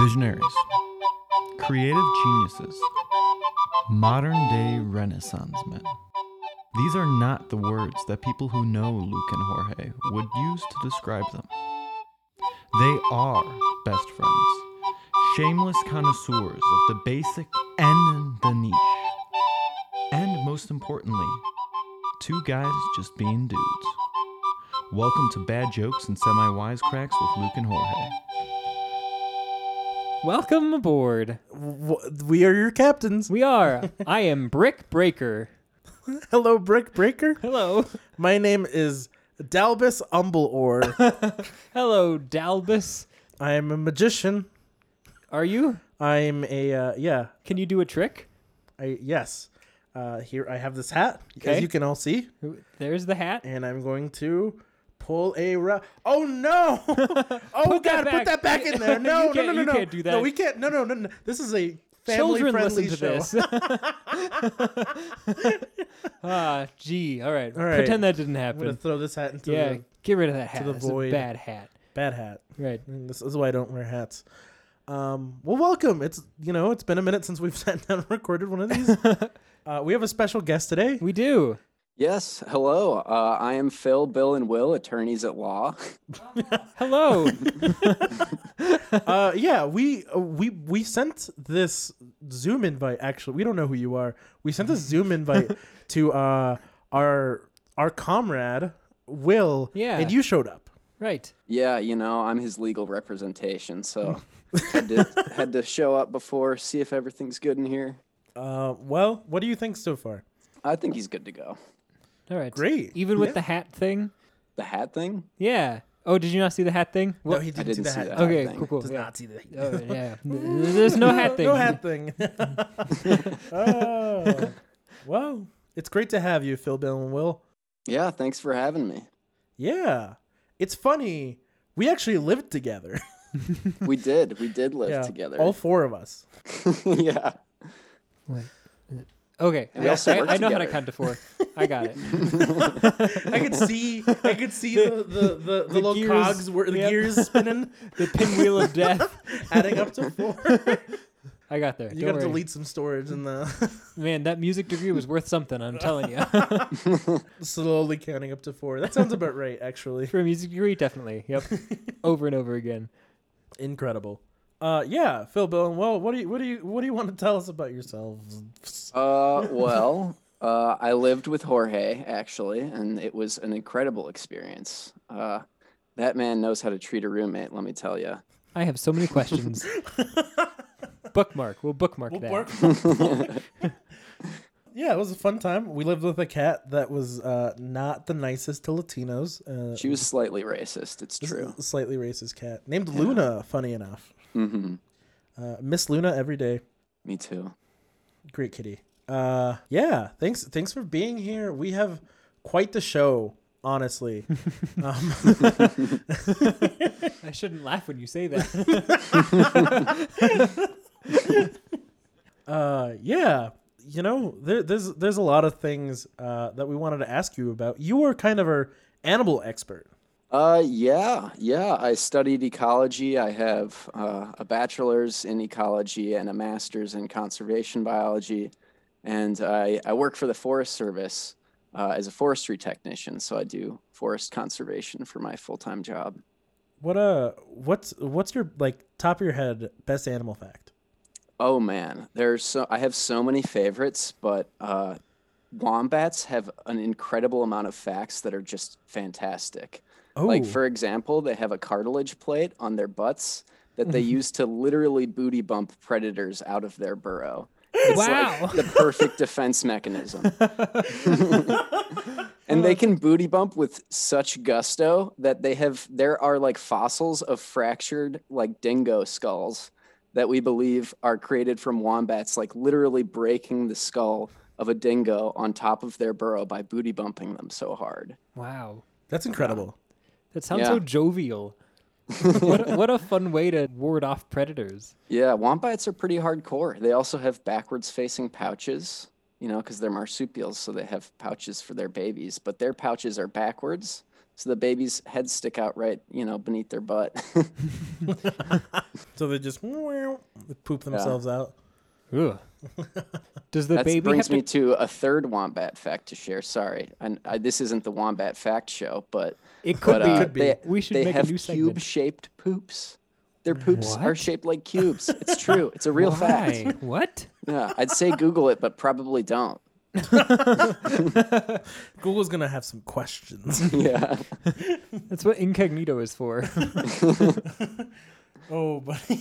Visionaries. Creative geniuses. Modern day Renaissance men. These are not the words that people who know Luke and Jorge would use to describe them. They are best friends, shameless connoisseurs of the basic and the niche. And most importantly, two guys just being dudes. Welcome to Bad Jokes and Semi Wisecracks with Luke and Jorge. Welcome aboard. W- We are your captains. We are. I am Brick Breaker. Hello, Brick Breaker. Hello. My name is Dalbus Umbleor. Hello, Dalbus. I am a magician. Are you? I'm a uh, yeah. Can you do a trick? I yes. Uh, here I have this hat, Okay. as you can all see, There's the hat. and I'm going to pull a. Ra- oh no! oh Put that God! back. Put that back in there. You No, no, can't- no, no, you no. can't do No, that. we can't. No, no, no, no. This is a Children listen family-friendly to show. this. ah, gee. All right. All right. Pretend that didn't I'm gonna happen. throw this hat into yeah. the Get rid of that hat. the It's a void. bad hat. bad hat. Right. And This is why I don't wear hats. Um, well, welcome. It's you know it's been a minute since we've sat down and recorded one of these. uh, we have a special guest today. We do. Yes, hello. Uh, I am Phil, Bill, and Will, attorneys at law. Hello. Uh, yeah, we uh, we we sent this Zoom invite. Actually, we don't know who you are. We sent this Zoom invite to uh, our our comrade Will. Yeah. and you showed up. right. Yeah, you know, I'm his legal representation, so had to had to show up before, see if everything's good in here. Uh, well, what do you think so far? I think he's good to go. All right. Great. Even with Yeah. the hat thing. The hat thing? Yeah. Oh, did you not see the hat thing? No, he I didn't, didn't see the see hat. that. thing. Okay. thing. Oh, Cool. Cool. Does yeah. not see the hat. Oh, yeah. There's no hat thing. No hat thing. oh, well, it's great to have you, Phil, Bill, and Will. Yeah, thanks for having me. Yeah, it's funny. We actually lived together. We did. We did live yeah, Oh. together. All four of us. yeah. Okay. And we I, also I- work I know how to together. count to four. I got it. I could see. I could see the the the, the, little gears, cogs were the yep. gears spinning, The pinwheel of death. adding up to four. I got there. You Don't gotta worry. delete some storage in the Man, that music degree was worth something, I'm telling you. slowly counting up to four. That sounds about right, actually. For a music degree, definitely. Yep. Over and over again. Incredible. Uh, yeah, Phil, Bill, and Will. What do you what do you what do you want to tell us about yourselves? Uh, well, uh, I lived with Jorge actually, and it was an incredible experience. Uh, that man knows how to treat a roommate. Let me tell you. I have so many questions. bookmark. We'll bookmark We'll that. bark. yeah, it was a fun time. We lived with a cat that was uh, not the nicest to Latinos. Uh, She was slightly racist. It's this is true. a slightly racist cat named Luna. Funny enough, hmm uh, Miss Luna every day. Me too. Great kitty. Uh, yeah, thanks. Thanks for being here. We have quite the show, honestly. um, I shouldn't laugh when you say that. uh, yeah, you know, there, there's there's a lot of things uh, that we wanted to ask you about. You were kind of our animal expert. Uh, yeah, yeah. I studied ecology. I have uh, a bachelor's in ecology and a master's in conservation biology, and I I work for the Forest Service uh, as a forestry technician. So I do forest conservation for my full time job. What uh what's what's your like top of your head best animal fact? Oh man, there's so I have so many favorites, but uh, wombats have an incredible amount of facts that are just fantastic. Oh Like for example, they have a cartilage plate on their butts that they use to literally booty bump predators out of their burrow. It's wow. like the perfect defense mechanism. and they can booty bump with such gusto that they have there are like fossils of fractured like dingo skulls that we believe are created from wombats like literally breaking the skull of a dingo on top of their burrow by booty bumping them so hard. wow. that's incredible. That sounds Yeah. so jovial. what, a, what a fun way to ward off predators. Yeah, wombats are pretty hardcore. They also have backwards facing pouches, you know, because they're marsupials, so they have pouches for their babies, but their pouches are backwards. so the babies' heads stick out right, you know, beneath their butt. So they just meow, poop themselves out. Ugh. Does the that baby have brings to? me to a third wombat fact to share. Sorry, and I, this isn't the wombat fact show, but it could but, be. uh, They, we should they make a have new segment. cube-shaped poops. Their poops are What? shaped like cubes. It's true. It's a real fact. Why? What? Yeah, I'd say Google it, but probably don't. Google's gonna have some questions. Yeah. That's what incognito is for. oh, buddy.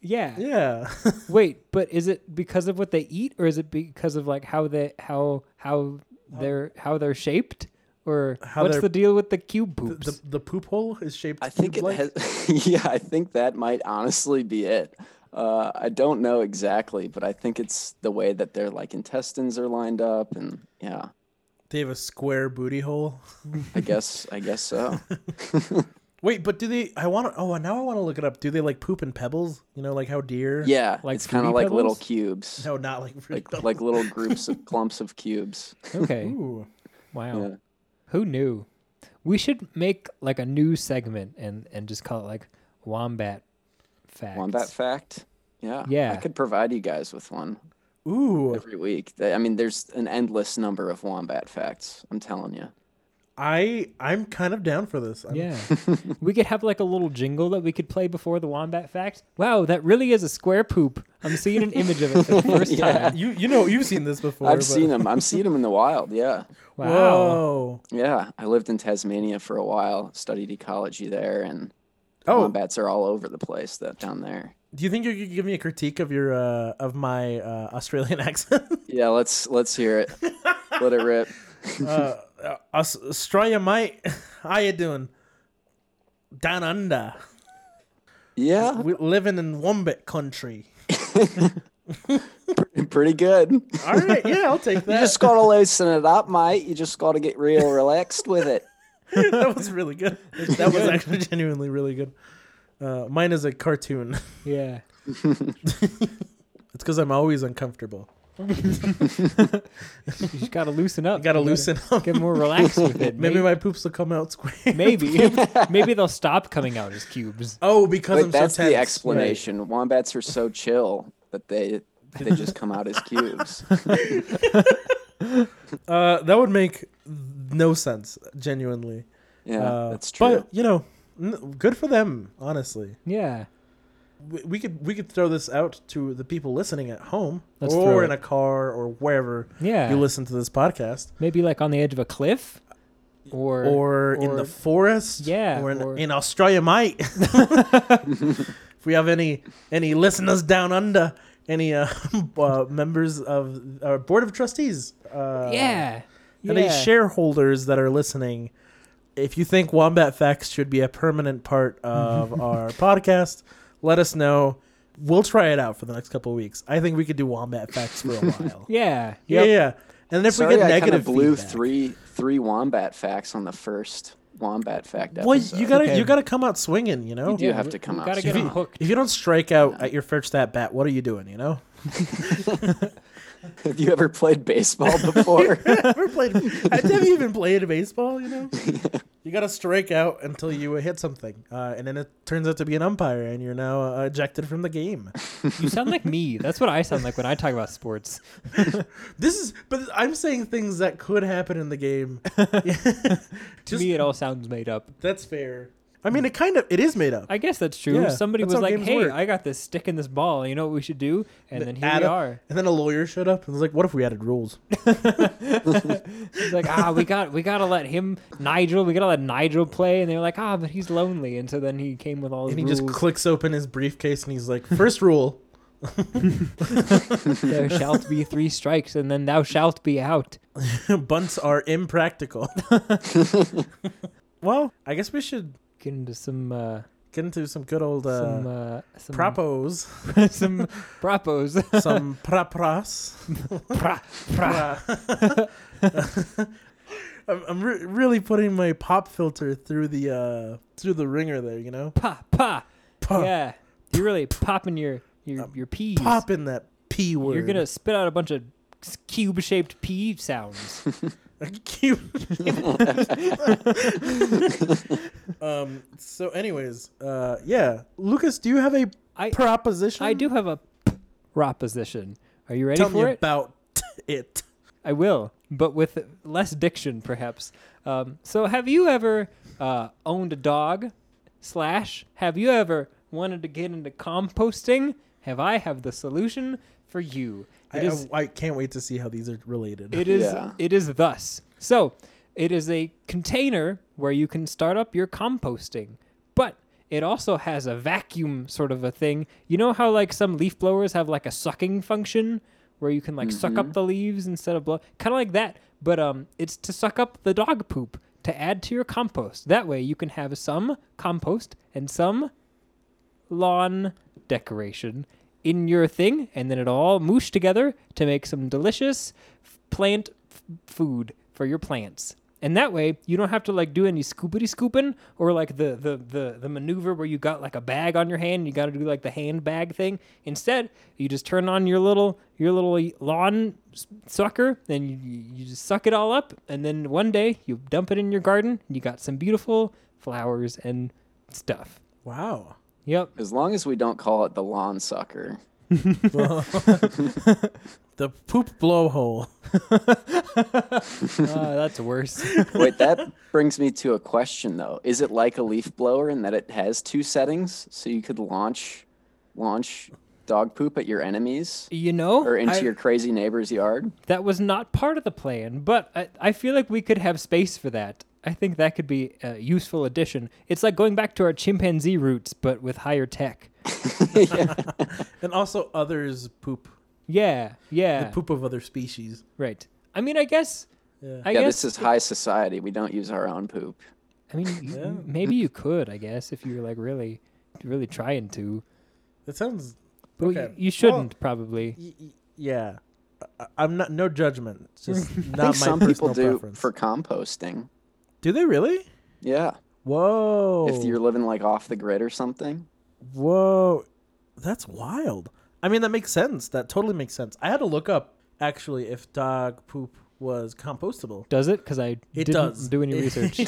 yeah. Yeah. Wait, but is it because of what they eat, or is it because of like how they how how they're how they're shaped, or How what's they're- the deal with the cube the, poops? the the poop hole is shaped. I think it cube-like. has. yeah, I think that might honestly be it. Uh, I don't know exactly, but I think it's the way that their like intestines are lined up, and yeah, They have a square booty hole. I guess I guess so. Wait, but do they? I want to. Oh, now I want to look it up. Do they like poop in pebbles? You know, like how deer. Yeah, Like it's kind of fruity like little pebbles? cubes, No, not like fruit like pebbles. like little groups of clumps of cubes. okay, Ooh. wow, Yeah. who knew? We should make like a new segment and and just call it like wombat facts. Want that fact? Yeah, I Yeah. could provide you guys with one Ooh. every week. Th- I mean, there's an endless number of wombat facts. I'm telling you. I I'm kind of down for this. I'm, Yeah, we could have like a little jingle that we could play before the wombat fact. Wow, that really is a square poop. I'm seeing an image of it for the first Yeah. time. You you know you've seen this before. I've but- seen them. I'm seeing them in the wild. Yeah. Wow. Whoa. Yeah, I lived in Tasmania for a while, studied ecology there, and Oh. wombats are all over the place that down there. Do you think you could give me a critique of your uh of my uh Australian accent? Yeah, let's let's hear it. Let it rip. uh, uh, Aus- Australia, mate. How you doing? Down under. Yeah, We're living in Wombat country. pretty good. You All right, yeah, I'll take that. just gotta loosen it up, mate. You just gotta get real relaxed with it. that was really good. That was actually genuinely really good. Uh, mine is a cartoon. It's Yeah. because I'm always uncomfortable. You just gotta loosen up. I gotta You loosen up. Get more relaxed with it. Maybe my poops will come out square. maybe maybe they'll stop coming out as cubes. Oh, because Wait, I'm that's so tense. the explanation. Wombats are so chill that they they just come out as cubes. Uh, that would make no sense, genuinely. Yeah, Uh, that's true. But you know, n- good for them. Honestly, Yeah. we, we could we could throw this out to the people listening at home Let's or throw in it. a car or wherever Yeah. you listen to this podcast. maybe like on the edge of a cliff, or or, in or- the forest. Yeah, or in, or- in Australia, mate. if we have any any listeners down under, any uh, uh, members of our board of trustees, uh, yeah. any yeah. shareholders that are listening, if you think Wombat Facts should be a permanent part of our podcast, let us know. We'll try it out for the next couple of weeks. I think we could do Wombat Facts for a while. Yeah. Yeah, Yep. yeah. And then if we Sorry, get I kind negative of blew feedback- three three wombat facts on the first wombat fact episode. Well, you gotta Okay. you gotta come out swinging, you know. You do have we- to come we out. gotta get if, them you, hooked. if you don't strike out at your first at bat, what are you doing? You know, Have you ever played baseball before? never played. Have you even played baseball? You know, you got to strike out until you hit something, uh, and then it turns out to be an umpire, and you're now uh, ejected from the game. You sound like me. That's what I sound like when I talk about sports. this is, but I'm saying things that could happen in the game. To me, it all sounds made up. That's fair. I mean, it kind of it is made up. I guess that's true. Yeah, Somebody that's was how like, games "Hey, work. I got this stick and this ball. You know what we should do?" And then here Add we up- are. And then a lawyer showed up and was like, "What if we added rules?" He's like, "Ah, we got we gotta let him Nigel. We gotta let Nigel play." And they were like, "Ah, but he's lonely." And so then he came with all his And he rules. just clicks open his briefcase and he's like, first rule." there shalt be three strikes, and then thou shalt be out. Bunts are impractical. well, I guess we should Get into some uh, get into some good old uh, some uh, some propos, some propos. some prapras. pra, pra. Pra- I'm, I'm re- really putting my pop filter through the uh, through the ringer there, you know, Pa, pa. Pa. Yeah, you're really popping your your your peas. popping that p word. You're gonna spit out a bunch of cube-shaped p sounds. Keep- um. So, anyways, uh, yeah, Lucas, do you have a I- proposition? I do have a proposition. Are you ready Tell for me it? about it. I will, but with less diction, perhaps. Um, so, have you ever uh, owned a dog? Slash, have you ever wanted to get into composting? Have I have the solution for you? I, It is. I, I can't wait to see how these are related. It is. Yeah. It is thus. So, it is a container where you can start up your composting, but it also has a vacuum sort of a thing. You know how like some leaf blowers have like a sucking function where you can like suck up the leaves instead of blow, kind of like that. But um, it's to suck up the dog poop to add to your compost. That way, you can have some compost and some lawn decoration in your thing, and then it all moosh together to make some delicious f- plant f- food for your plants. And that way, you don't have to like do any scoopity scooping or like the, the the the maneuver where you got like a bag on your hand and you got to do like the hand bag thing. Instead, you just turn on your little your little lawn s- sucker and you, you just suck it all up. And then one day you dump it in your garden. And you got some beautiful flowers and stuff. Wow. Yep. As long as we don't call it the lawn sucker. Well, the poop blowhole. Ah, that's worse. Wait, that brings me to a question though. Is it like a leaf blower in that it has two settings, so you could launch, launch dog poop at your enemies You know, or into I- your crazy neighbor's yard? that was not part of the plan, but I, I feel like we could have space for that. I think that could be a useful addition. It's like going back to our chimpanzee roots, but with higher tech. And also others poop. Yeah, yeah, The poop of other species. right. I mean, I guess, Yeah. I yeah, guess. this is high society. We don't use our own poop. I mean, you- Yeah. maybe you could, I guess, if you were like really, really trying to. That sounds. But Okay. you, you shouldn't probably. Y- y- yeah. I, I'm not. No judgment. It's just I not think my some people personal do preference. for composting. do they really? Yeah, Whoa. if you're living like off the grid or something. Whoa. That's wild. I mean, that makes sense. That totally makes sense. I had to look up actually if dog poop was compostable. Does it? Because I It didn't does. do any research. no,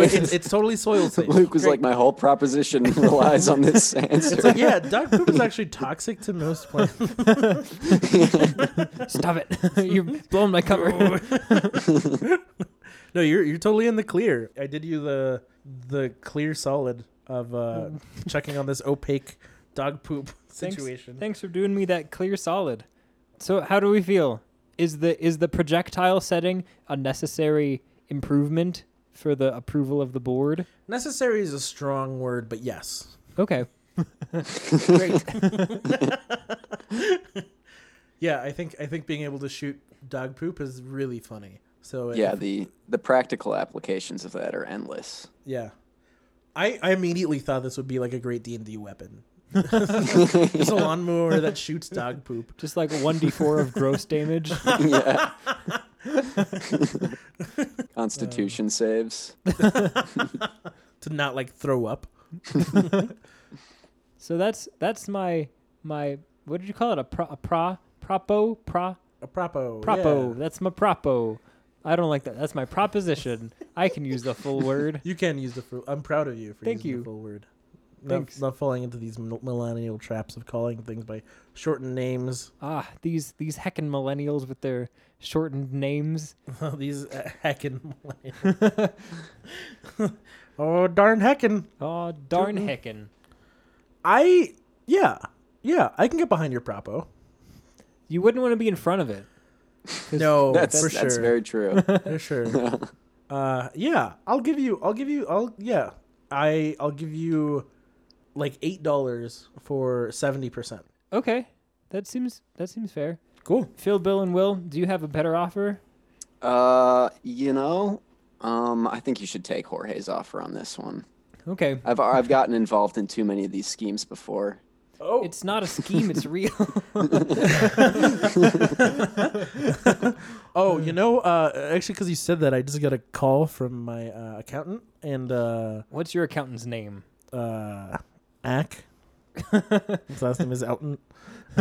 it, it's, it's totally soil safe. Luke was Great. like, my whole proposition relies on this answer. It's like, yeah, dog poop is actually toxic to most plants. Stop it! You're blowing my cover. No, you're you're totally in the clear. I did you the the clear solid of uh, checking on this opaque dog poop Thanks- situation. Thanks, for doing me that clear solid. So how do we feel? Is the is the projectile setting a necessary improvement for the approval of the board? Necessary is a strong word, but yes. Okay. Great. yeah, I think I think being able to shoot dog poop is really funny. So yeah, if- the the practical applications of that are endless. yeah. I, I immediately thought this would be like a great D and D weapon. There's a lawnmower that shoots dog poop. Just like one d four of gross damage. yeah. Constitution Uh, saves. to not like throw up. So that's that's my my what did you call it? A pro a pra propo pra A propo. propo. Oh, yeah. That's my propo. I don't like that. That's my proposition. I can use the full word. You can use the full. I'm proud of you for Thank using you. the full word. Thanks. Not, not falling into these mil- millennial traps of calling things by shortened names. Ah, these these heckin' millennials with their shortened names. these uh, heckin' millennials. oh darn heckin'! Oh darn Doo-doo. heckin'. I yeah yeah I can get behind your propo. You wouldn't want to be in front of it. 'Cause No, That's for sure. that's very true. for sure. uh, yeah, I'll give you. I'll give you. I'll yeah. I I'll give you like eight dollars for seventy percent. Okay, that seems that seems fair. Cool. Phil, Bill, and Will, do you have a better offer? Uh, you know, um, I think you should take Jorge's offer on this one. Okay, I've I've gotten involved in too many of these schemes before. Oh, it's not a scheme; it's real. Oh, you know, uh, actually, because you said that, I just got a call from my uh, accountant and uh, What's your accountant's name? uh, Ack. His last name is Elton.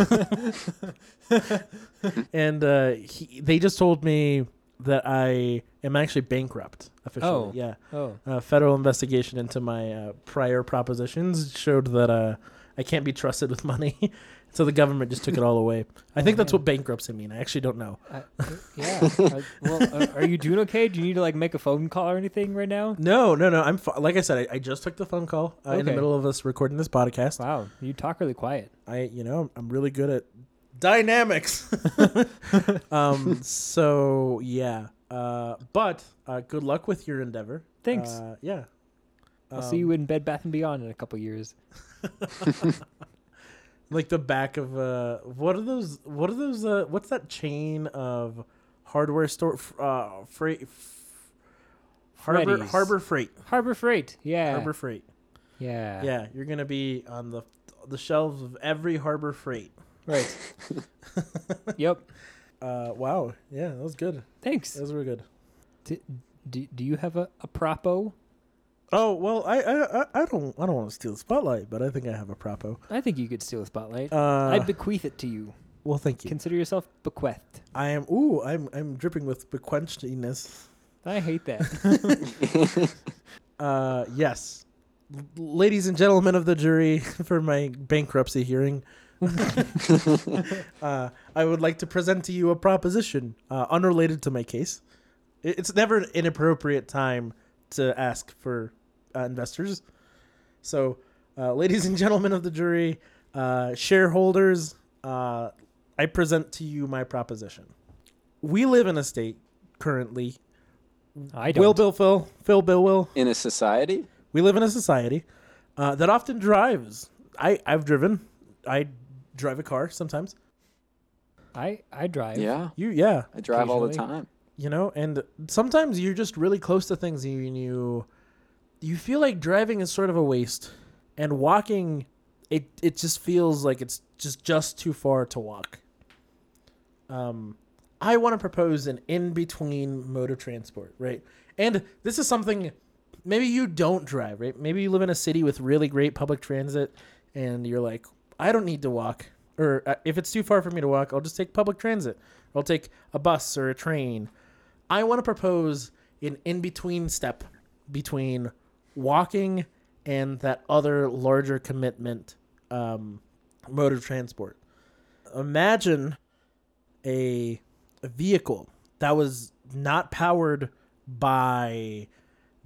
and uh, he, they just told me that I am actually bankrupt officially. Oh. Yeah. Oh. A federal investigation into my uh, prior propositions showed that uh, I can't be trusted with money. so the government just took it all away. I think that's man. what bankruptcy mean. I actually don't know. I, Uh, yeah. I, well, uh, are, are you doing okay? Do you need to like make a phone call or anything right now? No, no, no. I'm fi- like I said. I, I just took the phone call uh, in the Okay. middle of us recording this podcast. Wow, you talk really quiet. I you know I'm really good at dynamics. um. So yeah. Uh. But uh. Good luck with your endeavor. Thanks. Uh, yeah. Um, I'll see you in Bed Bath and Beyond in a couple years. Like the back of uh. What are those? What are those? Uh. What's that chain of hardware store? f- Uh. Freight. f- Harbor. Freddy's. Harbor Freight. Harbor Freight. Yeah. Harbor Freight. Yeah. Yeah. You're gonna be on the the shelves of every Harbor Freight. Right. yep. Uh. Wow. Yeah. That was good. Thanks. That was really good. D- do, do you have a, a propo? Oh well, I I, I- I don't I don't want to steal the spotlight, but I think I have a propo. I think you could steal a spotlight. Uh, I bequeath it to you. well, thank you. Consider yourself bequeathed. I am ooh, I'm I'm dripping with bequenchiness. I hate that. Uh, yes, L- ladies and gentlemen of the jury, for my bankruptcy hearing, uh, I would like to present to you a proposition uh, unrelated to my case. I- It's never an inappropriate time to ask for uh, investors. So, uh, ladies and gentlemen of the jury, uh, shareholders, uh, I present to you my proposition. We live in a state currently. I don't. Will, Bill, Phil, Phil, Bill, Will. in a society. We live in a society uh, that often drives. I, I've driven. I drive a car sometimes. I, I drive. Yeah, You, yeah. I drive all the Occasionally. time. You know, and sometimes you're just really close to things and you, you, you feel like driving is sort of a waste. And walking, it, it just feels like it's just, just too far to walk. Um, I want to propose an in between mode of transport, right? And this is something maybe you don't drive, right? Maybe you live in a city with really great public transit and you're like, I don't need to walk. Or uh, if it's too far for me to walk, I'll just take public transit. I'll take a bus or a train. I want to propose an in between step between walking and that other larger commitment um, mode of transport. Imagine a, a vehicle that was not powered by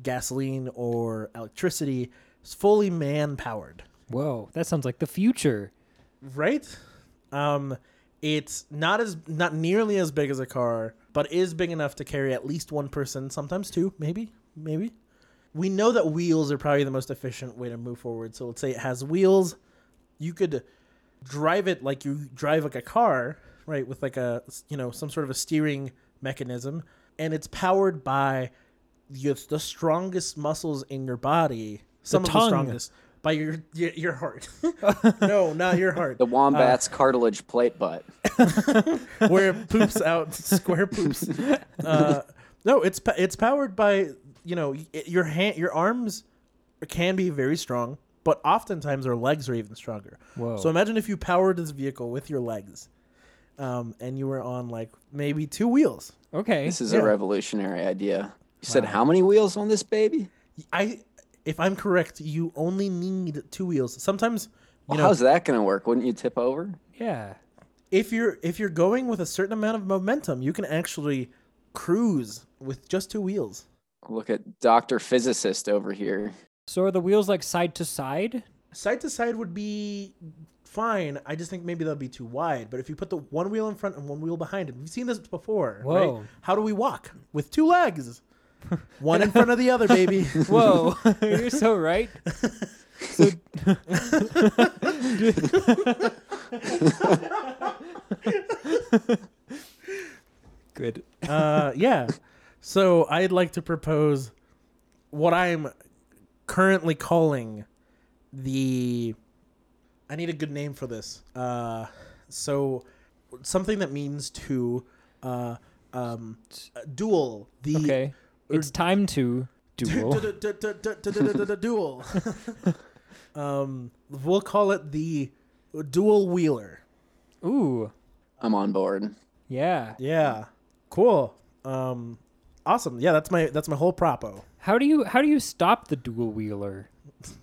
gasoline or electricity, it's fully man powered Whoa, that sounds like the future. right um it's not as not nearly as big as a car but is big enough to carry at least one person sometimes two maybe maybe we know that wheels are probably the most efficient way to move forward so let's say it has wheels you could drive it like you drive like a car right with like a you know some sort of a steering mechanism and it's powered by the, the strongest muscles in your body some of the tongue. strongest by your your, your heart no not your heart The wombat's Uh, cartilage plate butt. where it poops out square poops. Uh, no, it's pa- it's powered by you know y- your hand, your arms can be very strong, but oftentimes our legs are even stronger. Whoa. So imagine if you powered this vehicle with your legs, um, and you were on like maybe two wheels. Okay. This is Yeah. a revolutionary idea. You said how many wheels on this baby? I, if I'm correct, you only need two wheels. Sometimes you Well, know how's that going to work? Wouldn't you tip over? yeah. if you're if you're going with a certain amount of momentum, you can actually cruise with just two wheels. Look at Dr. Physicist over here. So are the wheels like side to side? side to side would be fine. I just think maybe that'd be too wide. But if you put the one wheel in front and one wheel behind it, we've seen this before. Whoa. Right? How do we walk with two legs? One in front of the other, baby. Whoa, you're so right. So, good. uh, yeah. So I'd like to propose what I'm currently calling the. I need a good name for this. Uh, so something that means to uh, um, dual the Okay, it's time to duel. duel. um, we'll call it the dual wheeler. Ooh, I'm on board. yeah. Yeah, cool. Um, awesome. Yeah, that's my that's my whole propo. How do you how do you stop the dual wheeler?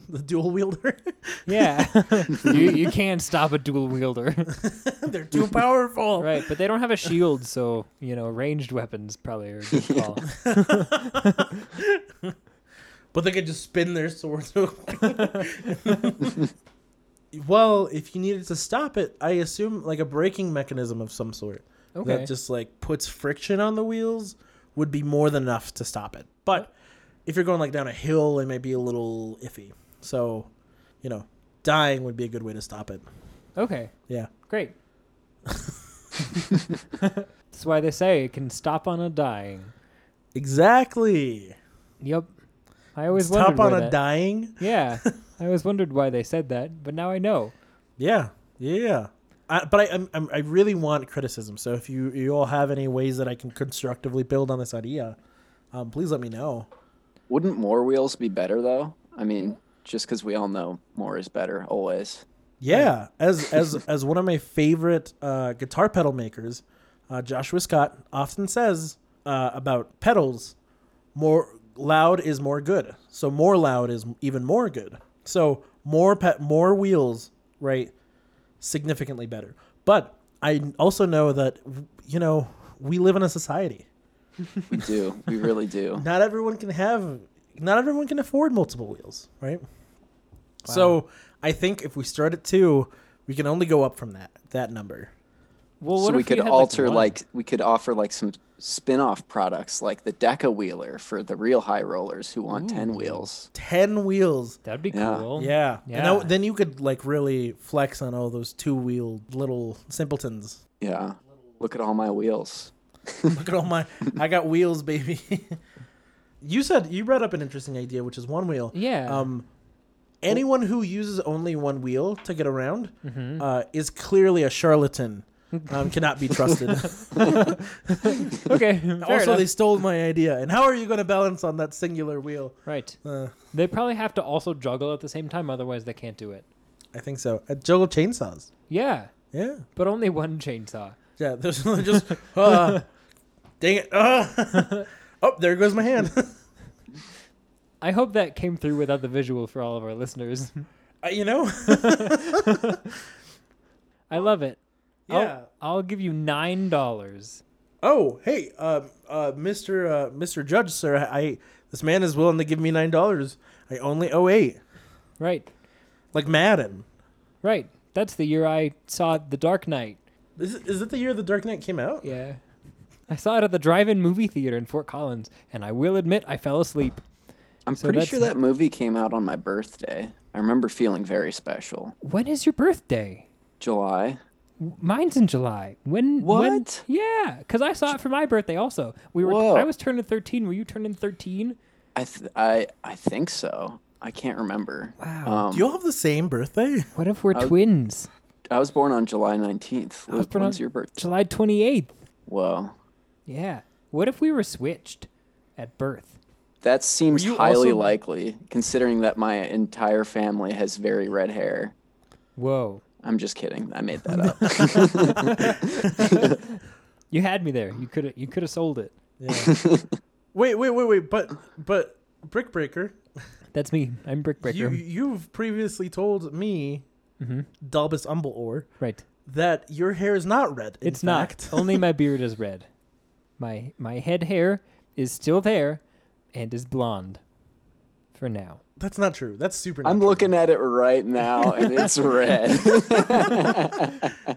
The dual wielder. Yeah, you you can't stop a dual wielder, They're too powerful. right? But they don't have a shield, so you know ranged weapons probably are a good call. But they could just spin their swords. well, if you needed to stop it, I assume like a braking mechanism of some sort Okay. that just like puts friction on the wheels would be more than enough to stop it. But if you're going like down a hill, it may be a little iffy. So, you know, dying would be a good way to stop it. Okay. Yeah. Great. That's why they say it can stop on a dying. Exactly. Yep. I always wondered Stop on why a that- dying. Yeah, I always wondered why they said that, but now I know. Yeah, yeah. yeah. I, but I, I'm, I'm, I really want criticism. So if you you all have any ways that I can constructively build on this idea, um, please let me know. Wouldn't more wheels be better though? I mean, just because we all know more is better always. Yeah, as as as one of my favorite uh, guitar pedal makers, uh, Joshua Scott often says uh, about pedals, more loud is more good. So more loud is even more good. So more pe- more wheels, right? Significantly better. But I also know that you know we live in a society. We do. we really do. not everyone can have not everyone can afford multiple wheels right so i think if we start at two we can only go up from that that number Well, what so we if we could had, alter one? like, we could offer like some spin-off products like the Deca Wheeler for the real high rollers who want ten wheels. 10 wheels that'd be Yeah. cool. yeah, and that- Yeah. then you could like really flex on all those two-wheeled little simpletons Yeah. Look at all my wheels. look at all my i got wheels baby you said you brought up an interesting idea which is one wheel Yeah. um anyone who uses only one wheel to get around Mm-hmm. uh, is clearly a charlatan um, cannot be trusted okay. fair also, enough. they stole my idea. And how are you going to balance on that singular wheel? right. Uh, They probably have to also juggle at the same time, otherwise they can't do it. I think so. Uh, juggle chainsaws. Yeah, Yeah. but only one chainsaw. Yeah. Those are just. Uh, dang it. Uh. oh, there goes my hand. I hope that came through without the visual for all of our listeners. Uh, you know? Oh. I love it. I'll- Yeah. I'll, give you nine dollars. Oh, hey, uh, uh, Mr. Uh, Mr. Judge, sir. I this man is willing to give me nine dollars. I only owe eight. Right, Like Madden. right. That's the year I saw The Dark Knight. Is it, is it the year the Dark Knight came out? Yeah, I saw it at the drive-in movie theater in Fort Collins, and I will admit I fell asleep. I'm So pretty that's- sure that movie came out on my birthday. I remember feeling very special. When is your birthday? July. Mine's in July. When? when- What? yeah, because I saw it for my birthday also. We were. Whoa. I was turning thirteen. Were you turning thirteen? I th- I I think so. I can't remember. Wow. Um, Do you all have the same birthday? What if we're twins? I was born on July 19th. was Luke, born when's on- your birthday? July twenty eighth. Whoa. Yeah. What if we were switched at birth? That seems you highly also- likely, considering that my entire family has very red hair. Whoa. I'm just kidding. I made that up. You had me there. You could have. You could have sold it. Wait, wait, wait, wait. But but Brick Breaker, That's me. I'm Brick Breaker. You you've previously told me, Mm-hmm. Dalbus Umble Ore, right. that your hair is not red. in It's not. fact. Only my beard is red. My my head hair is still there, and is blonde. For now. That's not true. That's super. I'm not looking at it right now, and it's red. Oh,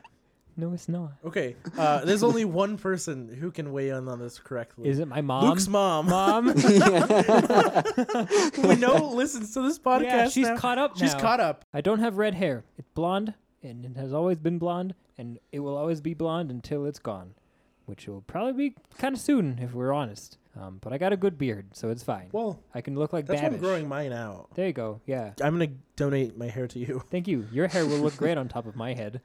No, it's not. true. Okay. Uh, there's only one person who can weigh in on this correctly. Is it my mom? Luke's mom? Mom. we know listens to this podcast. Yeah, she's now. caught up She's now. caught up. I don't have red hair. It's blonde, and it has always been blonde, and it will always be blonde until it's gone, which will probably be kind of soon if we're honest. Um, but I got a good beard, so it's fine. Well, I can look like that's why I'm Babish. growing mine out. There you go. Yeah. I'm gonna donate my hair to you. Thank you. Your hair will look great on top of my head.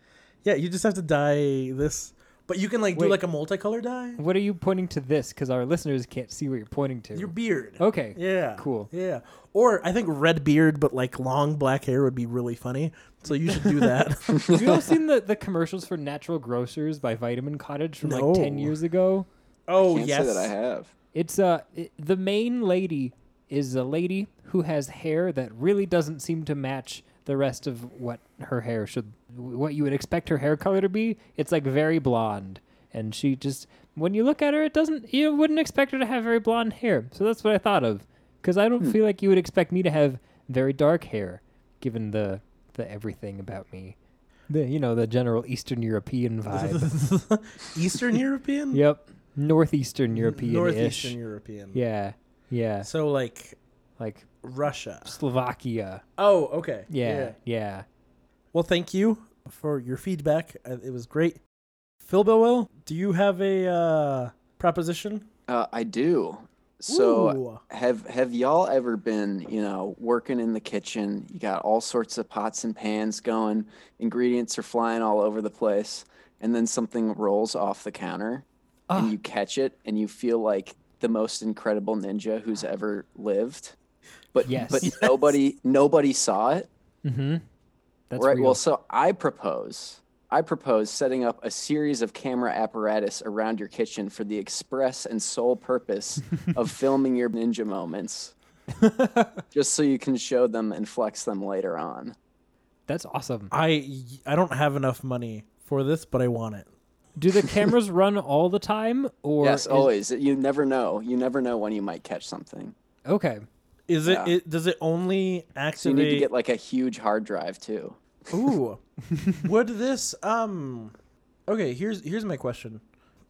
Yeah, you just have to dye this, but you can like Wait. do like a multicolor dye. What are you pointing to this? Because our listeners can't see what you're pointing to. Your beard. okay. Yeah. Cool. Yeah. Or I think red beard, but like long black hair would be really funny. So you should do that. Have you all seen the, the commercials for Natural Grocers by Vitamin Cottage from like 10 No. years ago? Oh Can't yes. say that I have. It's uh i the main lady is a lady who has hair that really doesn't seem to match the rest of what her hair should what you would expect her hair color to be. It's like very blonde and she just when you look at her it doesn't you wouldn't expect her to have very blonde hair. So that's what I thought of cuz I don't feel like you would expect me to have very dark hair given the the everything about me. The you know the general Eastern European vibe. Eastern European. yep. Northeastern European. Northeastern European. Yeah. Yeah. So like Like Russia. Slovakia. Oh, okay. Yeah. Yeah. Well, thank you for your feedback. Uh, It was great. Phil Bowell, do you have a uh, proposition? Uh, I do. So Ooh. have have y'all ever been you know working in the kitchen you got all sorts of pots and pans going ingredients are flying all over the place and then something rolls off the counter and you catch it and you feel like the most incredible ninja who's ever lived but Yes. but nobody nobody saw it That's right real. well so i propose i propose setting up a series of camera apparatus around your kitchen for the express and sole purpose of filming your ninja moments just so you can show them and flex them later on That's awesome. I I don't have enough money for this, but I want it. Do the cameras run all the time or yes is- always you never know you never know when you might catch something Okay. Is Yeah. it, it? Does it only activate? so you need to get like a huge hard drive too Ooh. Would this um Okay, here's here's my question.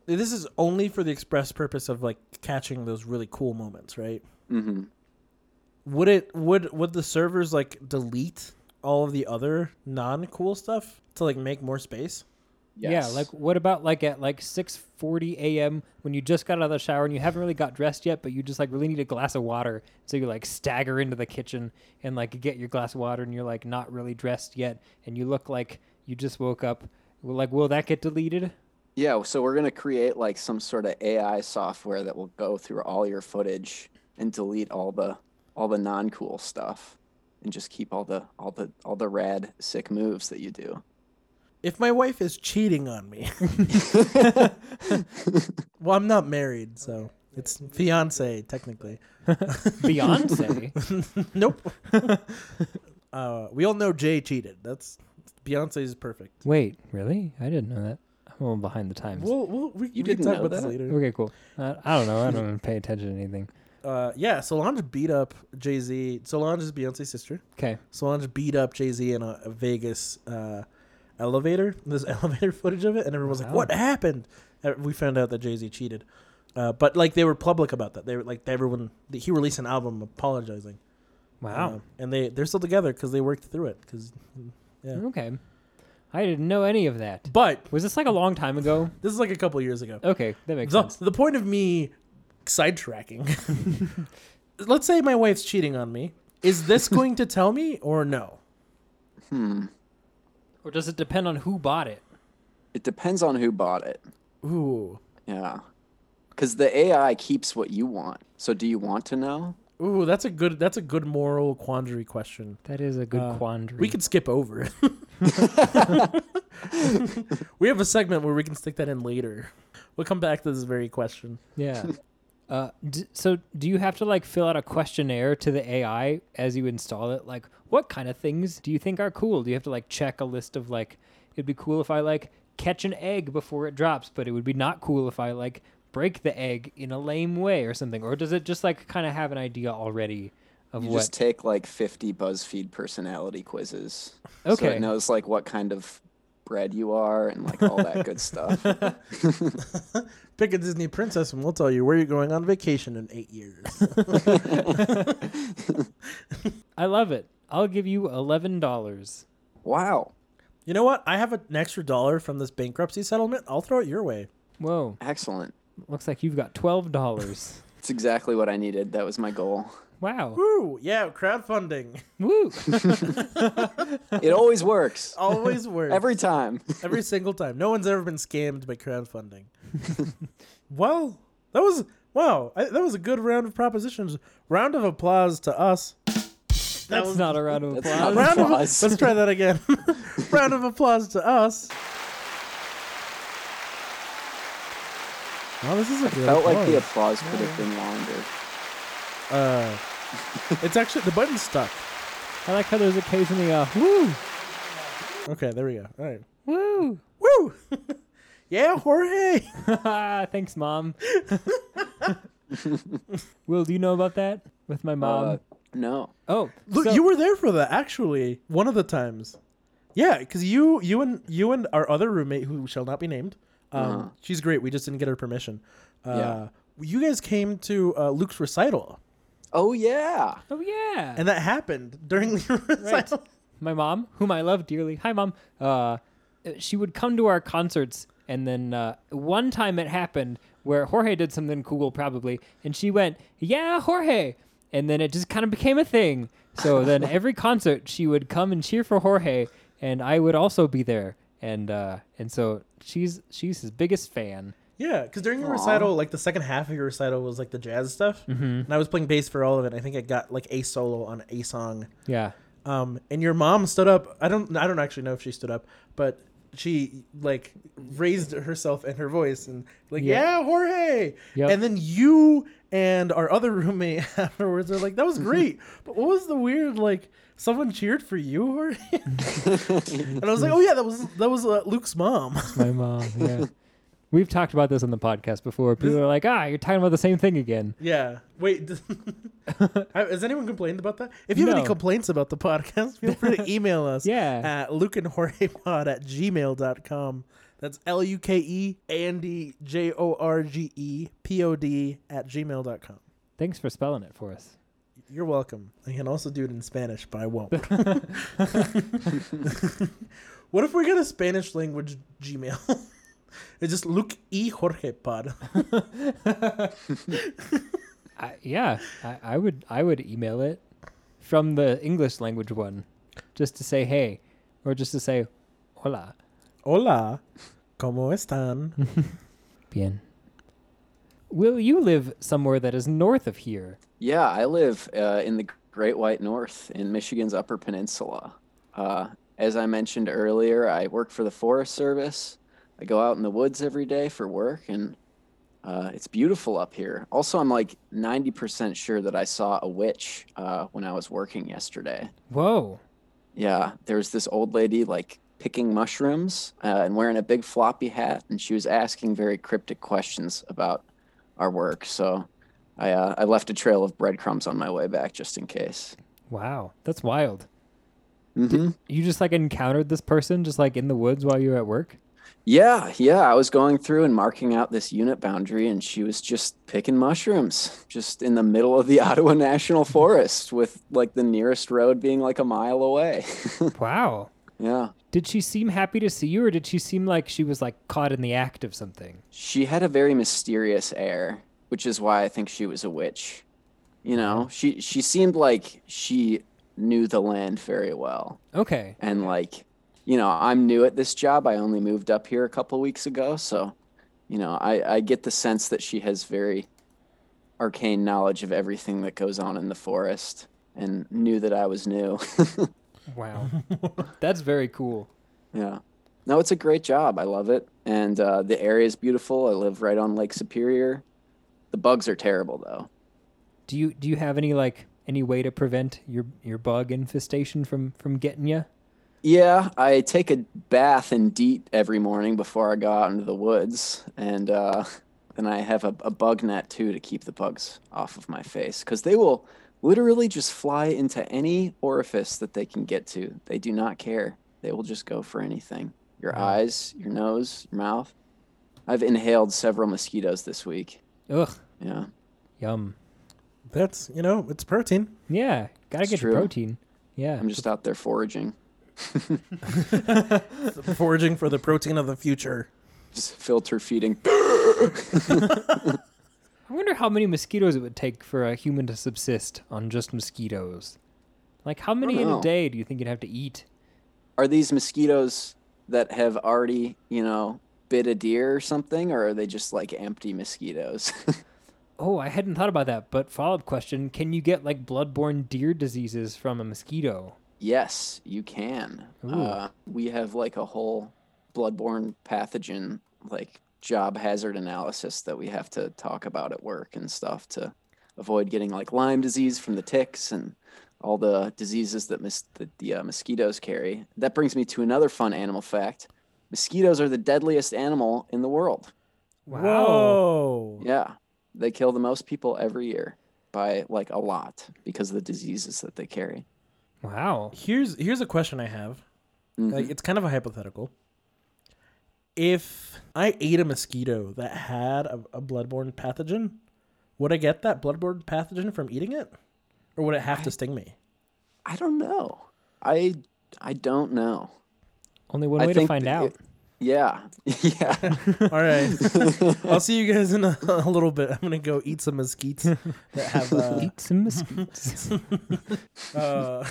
This is only for the express purpose of like catching those really cool moments, right? mm-hmm. Would it would would the servers like delete all of the other non cool stuff to like make more space? Yeah, like what about like at like 6:40 a.m. when you just got out of the shower and you haven't really got dressed yet but you just like really need a glass of water so you like stagger into the kitchen and like get your glass of water and you're like not really dressed yet and you look like you just woke up. Well, Like will that get deleted? Yeah, so we're gonna create like some sort of AI software that will go through all your footage and delete all the all the non cool stuff and just keep all the all the all the rad sick moves that you do. If my wife is cheating on me. well, I'm not married, so it's fiance technically. Beyonce. Nope. uh, we all know Jay cheated. That's Beyonce's perfect. Wait, really? I didn't know that. I'm all behind the times. We'll, we'll, we we You can didn't talk know about this that? later. Okay, cool. Mm-hmm. I, I don't know. I don't pay attention to anything. Uh, yeah, Solange beat up Jay Z. Solange is Beyonce's sister. Okay. Solange beat up Jay Z in a, a Vegas uh, elevator. There's elevator footage of it, and everyone was like, Wow. "What happened?" Uh, We found out that Jay Z cheated, uh, but like they were public about that. They were like everyone. He released an album apologizing, Wow. Um, and they they're still together because they worked through it. Because yeah. Okay. I didn't know any of that. but Was this like a long time ago? this is like a couple years ago. Okay, that makes the, sense. the point of me sidetracking let's say my wife's cheating on me is this going to tell me or no Or does it depend on who bought it? It depends on who bought it. ooh Yeah. Cause the AI keeps what you want. So do you want to know? ooh that's a good that's a good moral quandary question That is a good Uh, quandary. we could skip over it. we have a segment where we can stick that in later we'll come back to this very question yeah. Uh, d- so do you have to like fill out a questionnaire to the AI as you install it? Like, what kind of things do you think are cool? Do you have to like check a list of like, it'd be cool if I like catch an egg before it drops, but it would be not cool if I like break the egg in a lame way or something? Or does it just like kind of have an idea already of You what? just take like fifty BuzzFeed personality quizzes. So Okay. it knows like what kind of bread you are and like all that good stuff. pick a disney princess and we'll tell you where you're going on vacation in eight years I love it. I'll give you eleven dollars. Wow. you know what i have an extra dollar from this bankruptcy settlement i'll throw it your way Whoa, Excellent. looks like you've got twelve dollars. It's exactly what I needed. That was my goal. wow. Woo! Yeah, crowdfunding Woo. It always works. always works. every Every time. every single time. No one's ever been scammed by crowdfunding. well, that was wow. I, that was a good round of propositions. Round of applause to us. That's not a round of That's applause. not Round of- Applause. let's try that again. round of applause to us. Well, this is a good Felt like applause. the applause could Yeah, have been longer. Uh, it's actually the button's stuck. I like how there's occasionally a woo, Okay, there we go. All right. woo. Woo! yeah, Jorge. Thanks, mom. Will, do you know about that with my mom? Uh, no. oh, Look, so- you were there for that actually. One of the times. Yeah, because you, you and you and our other roommate, who shall not be named, um, Uh-huh. she's great. We just didn't get her permission. Uh, Yeah. You guys came to uh, Luke's recital, Oh yeah. Oh yeah. and that happened during the recital. my mom, whom I love dearly. Hi, mom. Uh, she would come to our concerts, and then uh, one time it happened where Jorge did something cool, probably, and she went, "Yeah, Jorge," and then it just kind of became a thing. So then every concert she would come and cheer for Jorge, and I would also be there, and uh, and so she's she's his biggest fan. Yeah, because during your Aw. Mm-hmm. recital, like the second half of your recital was like the jazz stuff, and I was playing bass for all of it. I think I got like a solo on a song. Yeah. Um, and your mom stood up. I don't. I don't actually know if she stood up, but she like raised herself and her voice and like, Yeah. yeah, Jorge. Yep. And then you and our other roommate afterwards are like, that was great. but what was the weird like? Someone cheered for you, Jorge. and I was like, oh yeah, that was that was uh, Luke's mom. My mom. Yeah. We've talked about this on the podcast before. People are like, ah, you're talking about the same thing again. Yeah. Wait. does- I- Has anyone complained about that? If you have No. any complaints about the podcast, feel free to email us Yeah. at lukeandjorgepod at gmail.com. That's L U K E A N D J O R G E P O D at gmail.com. Thanks for spelling it for us. You're welcome. I can also do it in Spanish, but I won't. what if we got a Spanish language Gmail? it's just Luke E Jorge Pod. I, yeah, I, I would I would email it from the English language one, just to say hey, or just to say hola, Hola, ¿cómo están? bien. Will you live somewhere that is north of here? Yeah, I live uh, in the Great White North in Michigan's Upper Peninsula. Uh, as I mentioned earlier, I work for the Forest Service. I go out in the woods every day for work, and uh, it's beautiful up here. Also, I'm like 90% sure that I saw a witch uh, when I was working yesterday. Whoa, Yeah, there was this old lady like picking mushrooms uh, and wearing a big floppy hat, and she was asking very cryptic questions about our work. So I uh, I left a trail of breadcrumbs on my way back just in case. wow, that's wild. hmm You just like encountered this person just like in the woods while you were at work. Yeah, yeah, I was going through and marking out this unit boundary, and she was just picking mushrooms, just in the middle of the Ottawa National Forest, with like the nearest road being like a mile away. Wow. yeah. Did she seem happy to see you, or did she seem like she was like caught in the act of something? She had a very mysterious air, which is why I think she was a witch. You know, she she seemed like she knew the land very well, Okay. and like, you know, I'm new at this job. I only moved up here a couple weeks ago, so, you know, I I get the sense that she has very arcane knowledge of everything that goes on in the forest, and knew that I was new. Wow. that's very cool. Yeah. No, it's a great job. I love it. And uh, the area is beautiful. I live right on Lake Superior. The bugs are terrible, though. Do you do you have any like any way to prevent your your bug infestation from from getting you? Yeah, I take a bath in DEET every morning before I go out into the woods. And uh, then I have a, a bug net, too, to keep the bugs off of my face because they will literally just fly into any orifice that they can get to. They do not care. They will just go for anything your eyes, your nose, your mouth. I've inhaled several mosquitoes this week. Ugh, Yeah. yum. That's you know, it's protein. Yeah, gotta It's get your true. protein. Yeah, I'm just out there foraging, Foraging for the protein of the future. just filter feeding. I wonder how many mosquitoes it would take for a human to subsist on just mosquitoes. Like, how many in a know. day do you think you'd have to eat? Are these mosquitoes that have already, you know, bit a deer or something, or are they just like empty mosquitoes? Oh, I hadn't thought about that. But follow up question: Can you get like bloodborne deer diseases from a mosquito? yes, you can. Ooh. Uh, we have like a whole bloodborne pathogen like job hazard analysis that we have to talk about at work and stuff to avoid getting like Lyme disease from the ticks and all the diseases that mis- the, the uh, mosquitoes carry. That brings me to another fun animal fact. Mosquitoes are the deadliest animal in the world. Wow. Whoa. Yeah. They kill the most people every year by like a lot because of the diseases that they carry. Wow. Here's here's a question I have. Mhm. Like it's kind of a hypothetical. If I ate a mosquito that had a, a bloodborne pathogen, would I get that bloodborne pathogen from eating it, or would it have to sting me? I don't know. I I don't know. Only one I way to think find that out. it- yeah. yeah. All right, I'll see you guys in a, a little bit. I'm gonna go eat some mesquites that have uh, Eat some mosquitoes. Uh,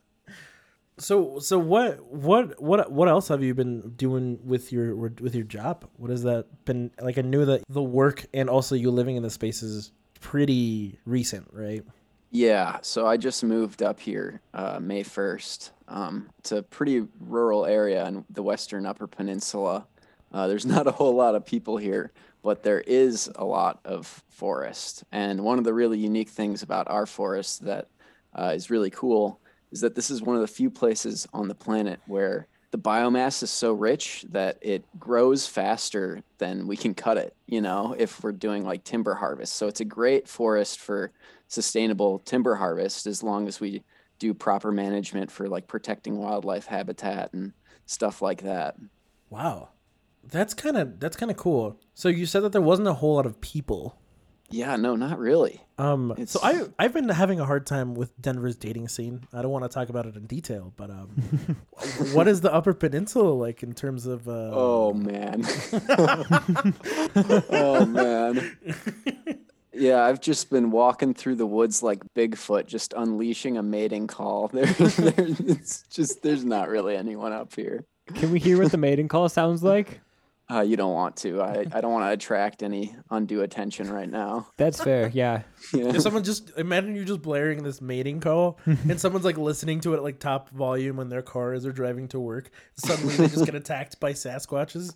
so so what what what what else have you been doing with your with your job? What has that been like? I knew that the work and also you living in the space is pretty recent, right? Yeah, so I just moved up here uh, May 1st. Um, it's a pretty rural area in the Western Upper Peninsula. Uh, there's not a whole lot of people here, but there is a lot of forest. And one of the really unique things about our forest that uh, is really cool is that this is one of the few places on the planet where the biomass is so rich that it grows faster than we can cut it, you know, if we're doing like timber harvest. So it's a great forest for sustainable timber harvest as long as we do proper management for like protecting wildlife habitat and stuff like that. Wow, that's kind of that's kind of cool. So you said that there wasn't a whole lot of people. Yeah, no, not really. Um, so It's- I I've been having a hard time with Denver's dating scene. I don't want to talk about it in detail, but um, what is the Upper Peninsula like in terms of? Uh, Oh man. oh man. Yeah, I've just been walking through the woods like Bigfoot, just unleashing a mating call. There, there, it's just there's not really anyone up here. Can we hear what the maiden call sounds like? Uh, you don't want to. I, I don't want to attract any undue attention right now. That's fair. Yeah. Yeah. If someone just imagine you just blaring this mating call, and someone's like listening to it at like top volume in their car as they're driving to work. Suddenly they just get attacked by Sasquatches.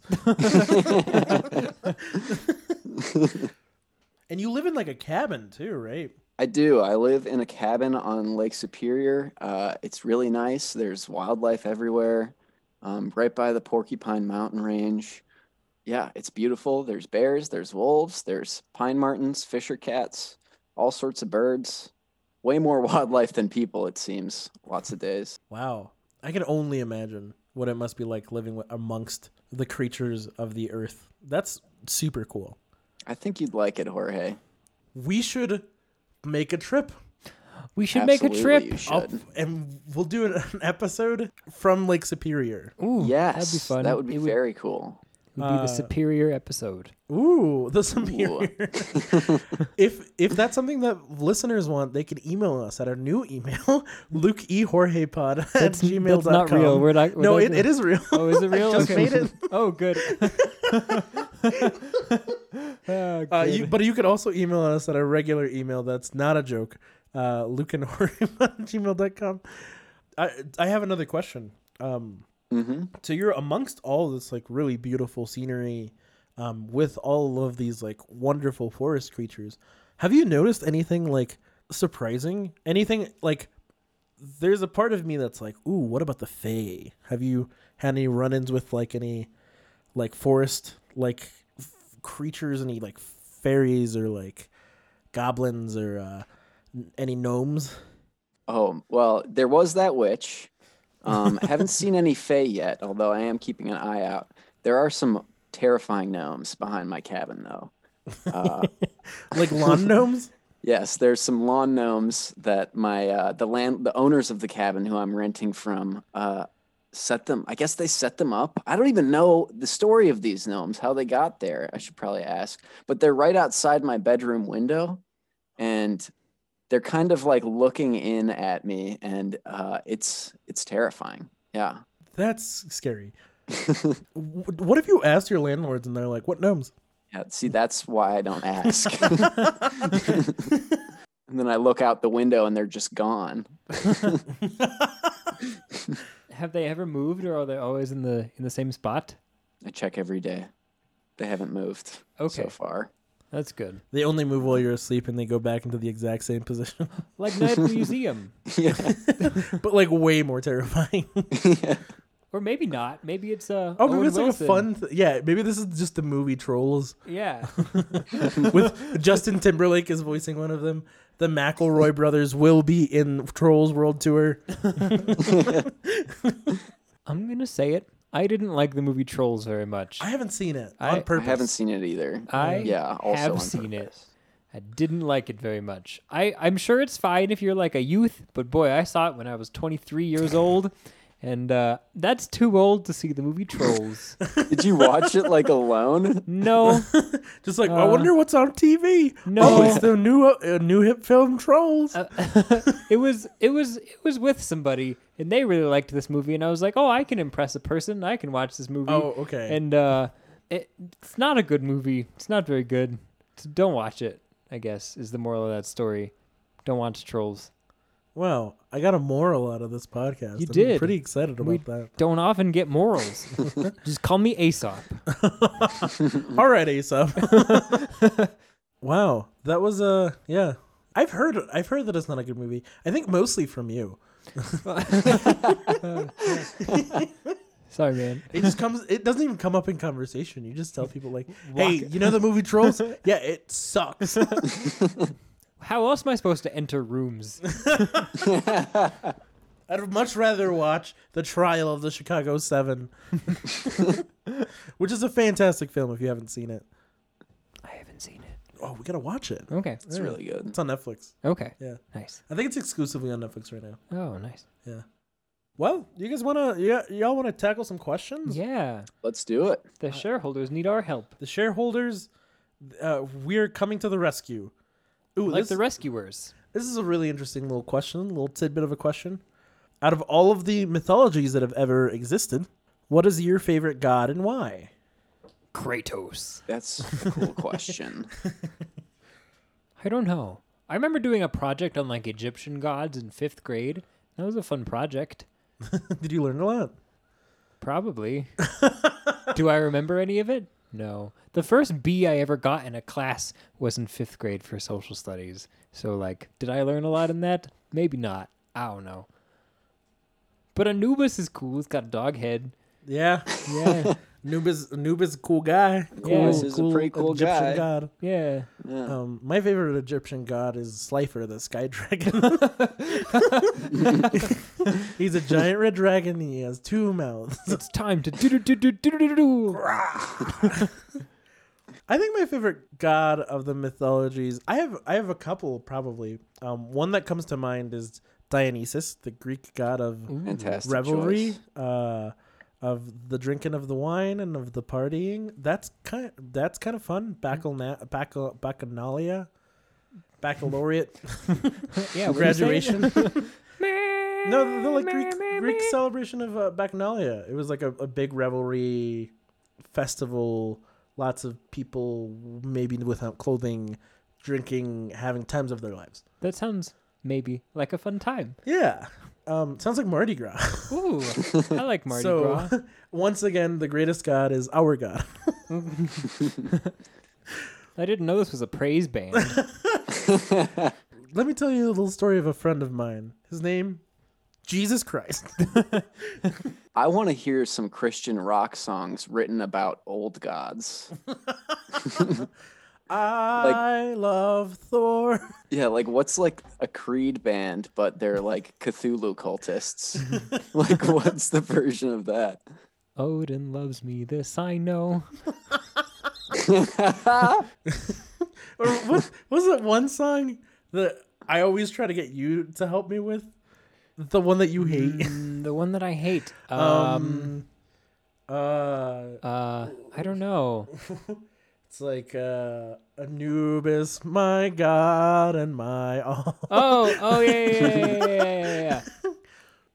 and you live in like a cabin too, right? I do. I live in a cabin on Lake Superior. Uh, it's really nice. There's wildlife everywhere, um, right by the Porcupine Mountain Range. Yeah, it's beautiful. There's bears, there's wolves, there's pine martens, fisher cats, all sorts of birds. Way more wildlife than people, it seems, lots of days. Wow, I can only imagine what it must be like living wi- amongst the creatures of the earth. That's super cool. I think you'd like it, Jorge. We should make a trip We should make a Absolutely, trip. Oh, You up, should. and we'll do an an episode from Lake Superior. Ooh, yes, that'd be fun. That would be it would, very cool. would be Uh, the superior episode. Ooh, the superior. if if that's something that listeners want, they can email us at our new email, lukeehorgepod at That's- gmail.com. that's not real. We're not- we're no, not it, real. it is real. Oh, is it real? I just Okay. made it. Oh, good. Ah, Uh, good. you, but you can also email us at our regular email. That's not a joke. Uh, lukeandhorgepod at gmail.com. I, I have another question. Um, hmm so you're amongst all this like really beautiful scenery um, with all of these like wonderful forest creatures have you noticed anything like surprising anything like there's a part of me that's like ooh what about the fae have you had any run-ins with like any like forest like f- creatures any like fairies or like goblins or uh n- any gnomes Oh, well, there was that witch. Um, I haven't seen any Fae yet, although I am keeping an eye out. There are some terrifying gnomes behind my cabin, though. like lawn gnomes Yes, there's some lawn gnomes that my uh, the land the owners of the cabin who I'm renting from uh, set them. I guess they set them up. I don't even know the story of these gnomes, how they got there. I should probably ask. But they're right outside my bedroom window, and they're kind of like looking in at me, and uh, it's it's terrifying. Yeah. That's scary. W- what if you asked your landlords and they're like, "What gnomes?" Yeah, see, that's why I don't ask. and then I look out the window and they're just gone. Have they ever moved, or are they always in the in the same spot? I check every day. They haven't moved Okay. so far. That's good. They only move while you're asleep and they go back into the exact same position, Like Night at the Museum. yeah. but like way more terrifying. Or maybe not. Maybe it's uh, a. oh, maybe it's like a fun. Th- yeah, maybe this is just the movie Trolls Yeah. with Justin Timberlake is voicing one of them. The McElroy brothers will be in Trolls World Tour. I'm going to say it. I didn't like the movie Trolls very much. I haven't seen it I- I on I purpose. haven't seen it either. Mm. I yeah, also have on seen it. purpose. I didn't like it very much. I, I'm sure it's fine if you're like a youth, but boy, I saw it when I was 23 years old, and uh, that's too old to see the movie Trolls. Did you watch it like alone? No, Just like I wonder what's on TV. Uh, no. Uh, oh, it's the new uh, new hip film Trolls. it was it was it was with somebody, and they really liked this movie, and I was like, oh, I can impress a person. I can watch this movie. oh, okay. And uh, it, it's not a good movie. It's not very good. So don't watch it. I guess is the moral of that story. Don't watch Trolls. Wow, I got a moral out of this podcast. You I'm did. Pretty excited about We- that. Don't often get morals. Just call me Aesop. All right, Aesop. wow, that was uh, yeah. I've heard I've heard that it's not a good movie. I think mostly from you. Sorry, man. It just comes. It doesn't even come up in conversation. You just tell people like, "Hey, you know the movie Trolls? yeah, it sucks." How else am I supposed to enter rooms? I'd much rather watch The Trial of the Chicago Seven, which is a fantastic film. If you haven't seen it, I haven't seen it. oh, we gotta watch it. Okay. It's really good. It's on Netflix. Okay. Yeah. Nice. I think it's exclusively on Netflix right now. Oh, nice. Well, you guys wanna yeah, y'all wanna tackle some questions? Yeah. Let's do it. The shareholders need our help, The shareholders, uh, we're coming to the rescue. Ooh, like this, the rescuers. this is a really interesting little question, little tidbit of a question. Out of all of the mythologies that have ever existed, what is your favorite god and why? Kratos. That's a cool question. I don't know. I remember doing a project on like Egyptian gods in fifth grade. That was a fun project. Did you learn a lot? Probably. Do I remember any of it? No. The first B I ever got in a class was in fifth grade for social studies. So, like, did I learn a lot in that? Maybe not. I don't know. But Anubis is cool. It's got a dog head. Yeah, Yeah. Anubis, Anubis, a cool guy. Anubis is a pretty cool Egyptian guy. god. yeah. Yeah. Um, my favorite Egyptian god is Slifer, the sky dragon. He's a giant red dragon. He has two mouths. It's time to do do do do do do do. I think my favorite god of the mythologies. I have I have a couple probably. Um, one that comes to mind is Dionysus, the Greek god of Fantastic. revelry, choice. uh, of the drinking of the wine and of the partying. That's kind that's kind of Mm-hmm. fun. Bacchana- bacchal- bacchanalia, baccalaureate Yeah. what do you say? graduation. No, the, the like Greek, Greek celebration of uh, Bacchanalia. It was like a, a big revelry festival. Lots of people, maybe without clothing, drinking, having times of their lives. That sounds maybe like a fun time. Yeah, um, sounds like Mardi Gras. Ooh, I like Mardi so, Gras. once again, the greatest god is our god. I didn't know this was a praise band. Let me tell you a little story of a friend of mine. His name, Jesus Christ. I want to hear some Christian rock songs written about old gods. I love Thor. Yeah, like what's like a Creed band, but they're like Cthulhu cultists? like, what's the version of that? Odin loves me, this I know. or what was it one song that I always try to get you to help me with? The one that you hate. Mm, the one that I hate. Um, Um, uh, uh, I don't know. it's like uh, Anubis, my God and my all. Oh, oh yeah, yeah, yeah, yeah, yeah, yeah, yeah, yeah.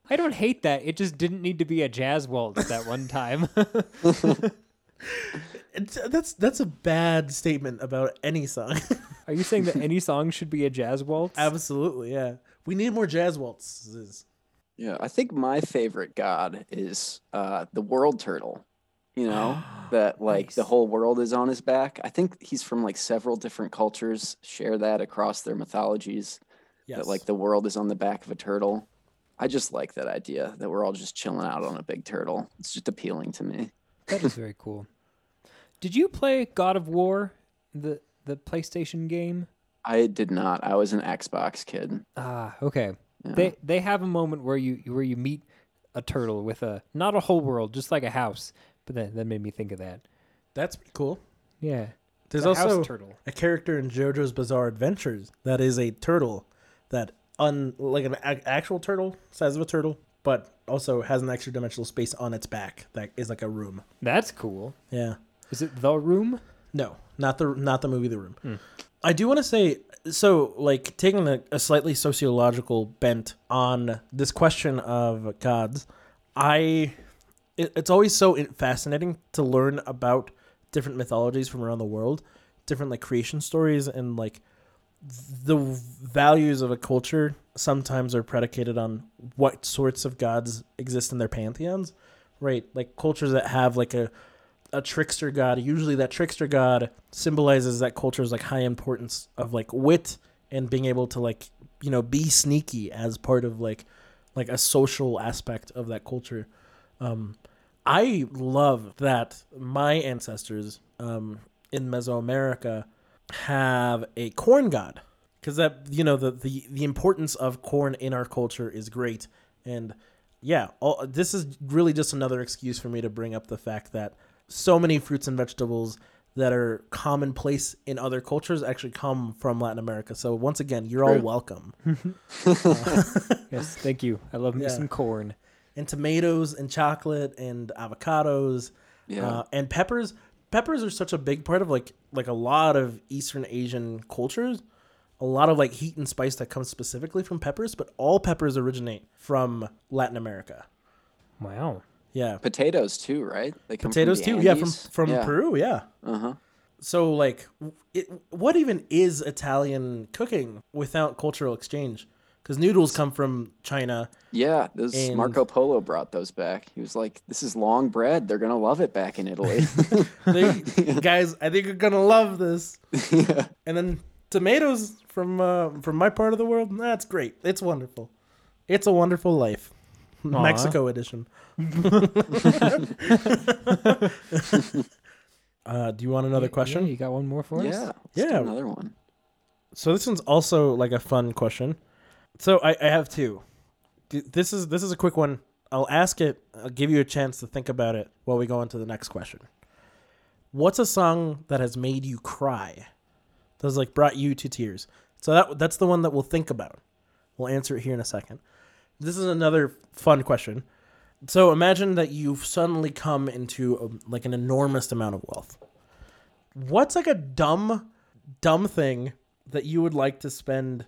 I don't hate that. It just didn't need to be a jazz waltz that one time. It's, that's that's a bad statement about any song. Are you saying that any song should be a jazz waltz? Absolutely, yeah. We need more jazz waltzes. Yeah, I think my favorite god is uh, the world turtle. you know, that like the Nice. whole world is on his back. I think he's from like several different cultures, share that across their mythologies that like the world is on the back of a turtle. I just like that idea that we're all just chilling out on a big turtle. It's just appealing to me. That is very cool. Did you play God of War, the the PlayStation game? I did not. I was an Xbox kid. Ah, okay. Yeah. They they have a moment where you where you meet a turtle with a not a whole world, just like a house. But that that made me think of that. that's pretty cool. Yeah, There's a also house turtle. a character in JoJo's Bizarre Adventures that is a turtle that un like an ac- actual turtle size of a turtle, but also has an extra dimensional space on its back that is like a room. That's cool. Yeah. Is it the room? No, not the not the movie The Room. I do want to say so like taking a, a slightly sociological bent on this question of gods, I it, it's always so in- fascinating to learn about different mythologies from around the world, different like creation stories and like the values of a culture sometimes are predicated on what sorts of gods exist in their pantheons, right? Like cultures that have like a a trickster god, usually that trickster god symbolizes that culture's like high importance of like wit and being able to like you know be sneaky as part of like like a social aspect of that culture. Um, I love that my ancestors um, in Mesoamerica have a corn god because that you know the, the the importance of corn in our culture is great and yeah all, this is really just another excuse for me to bring up the fact that so many fruits and vegetables that are commonplace in other cultures actually come from Latin America. So once again, you're all True. welcome. Yes, thank you. I love me Yeah. some corn. And tomatoes and chocolate and avocados Yeah. uh, and peppers. Peppers are such a big part of like like a lot of Eastern Asian cultures. A lot of like heat and spice that comes specifically from peppers, but all peppers originate from Latin America. Wow. Yeah, Potatoes too, right? They come potatoes from too. the Yeah, from Andes? from yeah. Peru. Yeah. Uh-huh. So like, w- it, what even is Italian cooking without cultural exchange? Because noodles come from China. Yeah, those And- Marco Polo brought those back. He was like, "This is long bread. They're gonna love it back in Italy." They, guys, I think you're gonna love this. yeah. And then tomatoes from uh, from my part of the world. That's great. It's wonderful. It's a wonderful life. Mexico edition. uh, do you want another question? Yeah, you got one more for us? yeah, let's do Yeah. another one. So this one's also like a fun question. So I, I have two. D- This is this is a quick one. I'll ask it. I'll give you a chance to think about it while we go on to the next question. What's a song that has made you cry? That's like brought you to tears. So that that's the one that we'll think about. We'll answer it here in a second. This is another fun question. So imagine that you've suddenly come into um like an enormous amount of wealth. What's like a dumb dumb thing that you would like to spend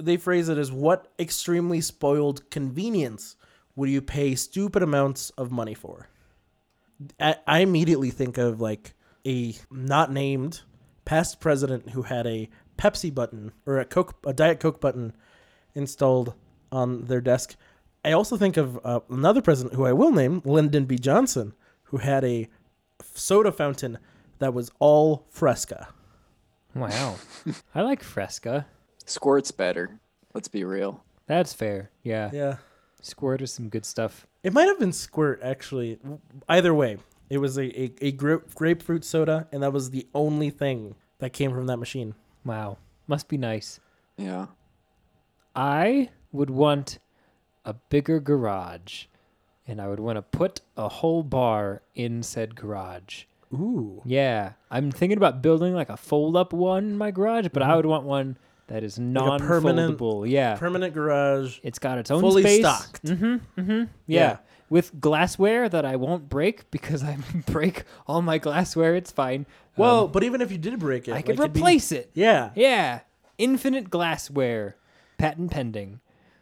they phrase it as what extremely spoiled convenience would you pay stupid amounts of money for i, I immediately think of like a not named past president who had a pepsi button or a coke a diet coke button installed on their desk i also think of uh, another president who i will name lyndon b johnson who had a soda fountain that was all fresca Wow. I like Fresca. Squirt's better. Let's be real. That's fair. Yeah. yeah Squirt is some good stuff. It might have been Squirt, actually. Either way, it was a, a, a gra- grapefruit soda, and that was the only thing that came from that machine. Wow. Must be nice. Yeah. I would want a bigger garage, and I would want to put a whole bar in said garage. Ooh. Yeah, I'm thinking about building like a fold-up one in my garage, but I would want one that is Mm-hmm. Like a permanent- non-foldable. yeah, Permanent garage. it's got its own fully space. stocked. Mm-hmm. Mm-hmm. Yeah. Yeah. with glassware that I won't break because I break all my glassware. It's fine. Um, Well, but even if you did break it, I could like, it'd be- replace it. yeah. Yeah, infinite glassware, patent pending.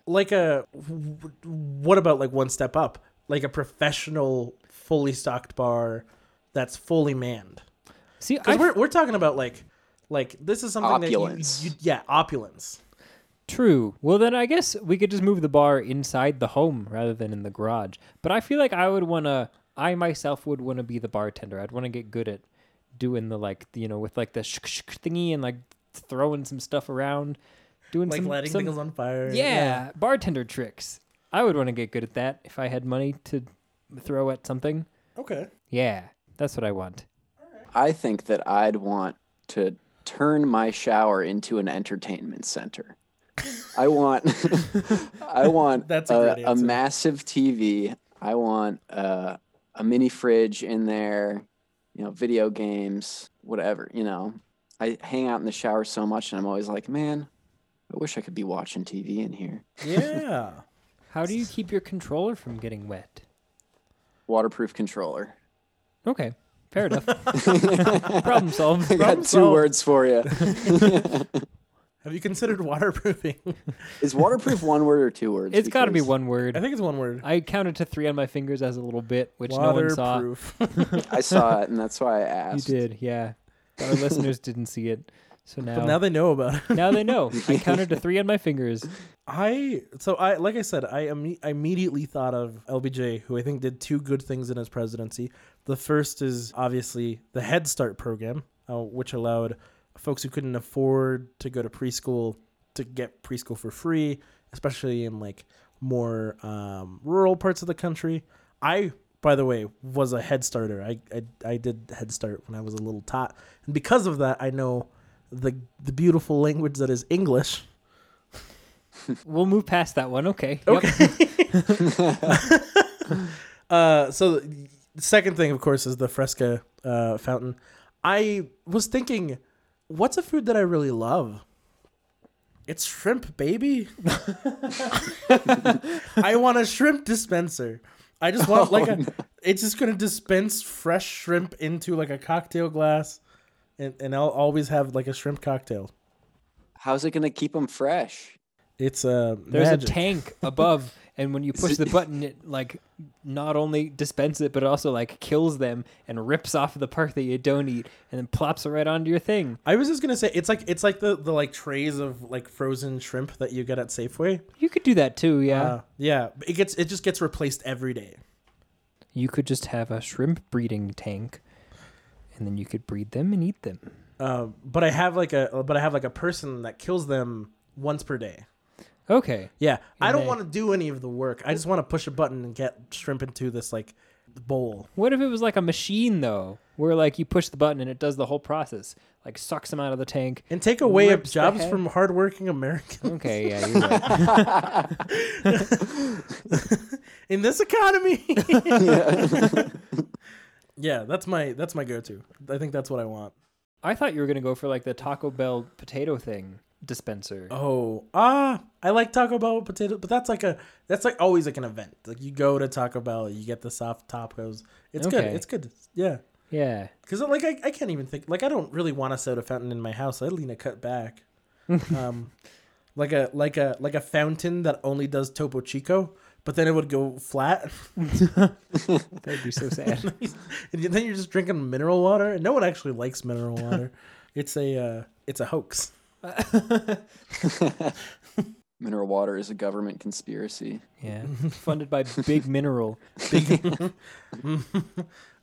Like a. w- What about like one step up? Like a professional, fully stocked bar that's fully manned. See, I Because we're, we're talking about like. Like this is something Opulence. that you, you yeah opulence True. Well, then I guess we could just move the bar inside the home rather than in the garage. But I feel like I would want a I myself would want to be the bartender. I'd want to get good at doing the like, you know, with like the shk shk thingy and like throwing some stuff around, doing like some, lighting some- things on fire. yeah, bartender tricks. I would want to get good at that if I had money to throw at something. Okay. Yeah, that's what I want. I think that I'd want to turn my shower into an entertainment center. I want, I want That's a a, great a answer. massive TV. I want uh, a mini fridge in there. You know, video games, whatever. You know, I hang out in the shower so much, and I'm always like, man, I wish I could be watching TV in here. Yeah. How do you keep your controller from getting wet? Waterproof controller. Okay, fair enough. Problem solved. I got Problem two solved. words for you. Have you considered waterproofing? Is waterproof one word or two words? It's got to be Because one I word. think it's one word. I counted to three on my fingers as a little bit, which no one saw. Waterproof. I saw it, and that's why I You asked. did, yeah. Our listeners didn't see it, so now but now they know about it. now they know. I counted to three on my fingers. I so I like I said I imme- I immediately thought of LBJ who I think did two good things in his presidency. The first is obviously the Head Start program, uh, which allowed folks who couldn't afford to go to preschool to get preschool for free, especially in like more um, rural parts of the country. I by the way was a Head Starter. I I, I did Head Start when I was a little tot, and because of that, I know the the beautiful language that is English. We'll move past that one. Okay. Okay. Uh, so the second thing, of course, is the Fresca uh, fountain. I was thinking, what's a food that I really love? It's shrimp, baby. I want a shrimp dispenser. I just want like a, it's just gonna dispense fresh shrimp into like a cocktail glass, and, and I'll always have like a shrimp cocktail. How's it gonna keep them fresh? It's uh, There's magic. a tank above, and when you push the button, it like not only dispenses it, but also like kills them and rips off the part that you don't eat, and then plops it right onto your thing. I was just gonna say it's like it's like the the like trays of like frozen shrimp that you get at Safeway. You could do that too. Yeah. Uh, yeah, but it gets it just gets replaced every day. you could just have a shrimp breeding tank, and then you could breed them and eat them. Um, but I have like a but I have like a person that kills them once per day. Okay. Yeah, I don't Okay. want to do any of the work. I just want to push a button and get shrimp into this like bowl. What if it was like a machine though, where like you push the button and it does the whole process, like sucks them out of the tank. And take away Rips the jobs head. from hardworking Americans Okay, yeah, you're right. in this economy. yeah, that's my that's my go-to. I think that's what I want. I thought you were gonna go for like the Taco Bell potato thing dispenser. Oh, ah, I like Taco Bell with potato, but that's like a that's like always like an event. Like you go to Taco Bell, you get the soft tacos. It's good. Okay. It's good. Yeah, Yeah. because like I, I can't even think. Like I don't really want a soda fountain in my house. I lean a cut back, um, like a like a like a fountain that only does Topo Chico, but then it would go flat, That'd be so sad. and then you're just drinking mineral water, and no one actually likes mineral water. it's a uh, it's a hoax. Mineral water is a government conspiracy. yeah. Funded by Big Mineral.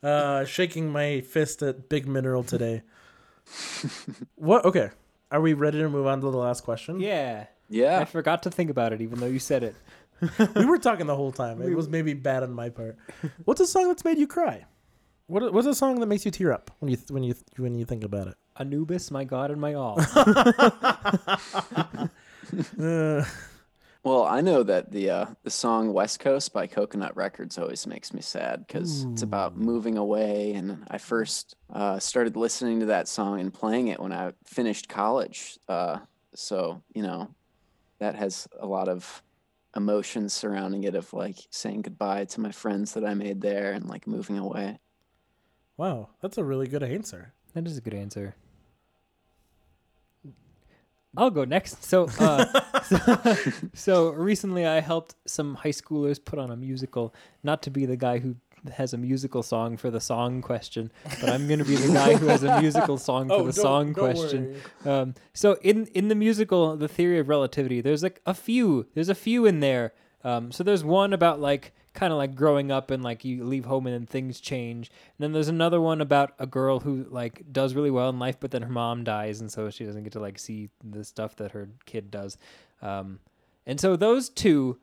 uh, shaking my fist at Big Mineral today. what? Okay. Are we ready to move on to the last question? Yeah. I Yeah, forgot to think about it even though you said it. We were talking the whole time. It was maybe bad on my part. What's a song that's made you cry? What, what's a song that makes you tear up when you when you when you think about it? Anubis, my god and my all. Uh, well, I know that the uh, the song "West Coast" by Coconut Records always makes me sad because it's about moving away. And I first uh, started listening to that song and playing it when I finished college. Uh, so you know, that has a lot of emotions surrounding it of like saying goodbye to my friends that I made there and like moving away. wow, that's a really good answer. That is a good answer. I'll go next. So, uh, so, so recently I helped some high schoolers put on a musical. Not to be the guy who has a musical song for the song question, but I'm going to be the guy who has a musical song Oh, for the song question. Um, so in in the musical, the theory of relativity, there's like a few, there's a few in there Um, so there's one about like kind of like growing up and like you leave home and then things change. And then there's another one about a girl who like does really well in life, but then her mom dies, and so she doesn't get to like see the stuff that her kid does. Um, and so those two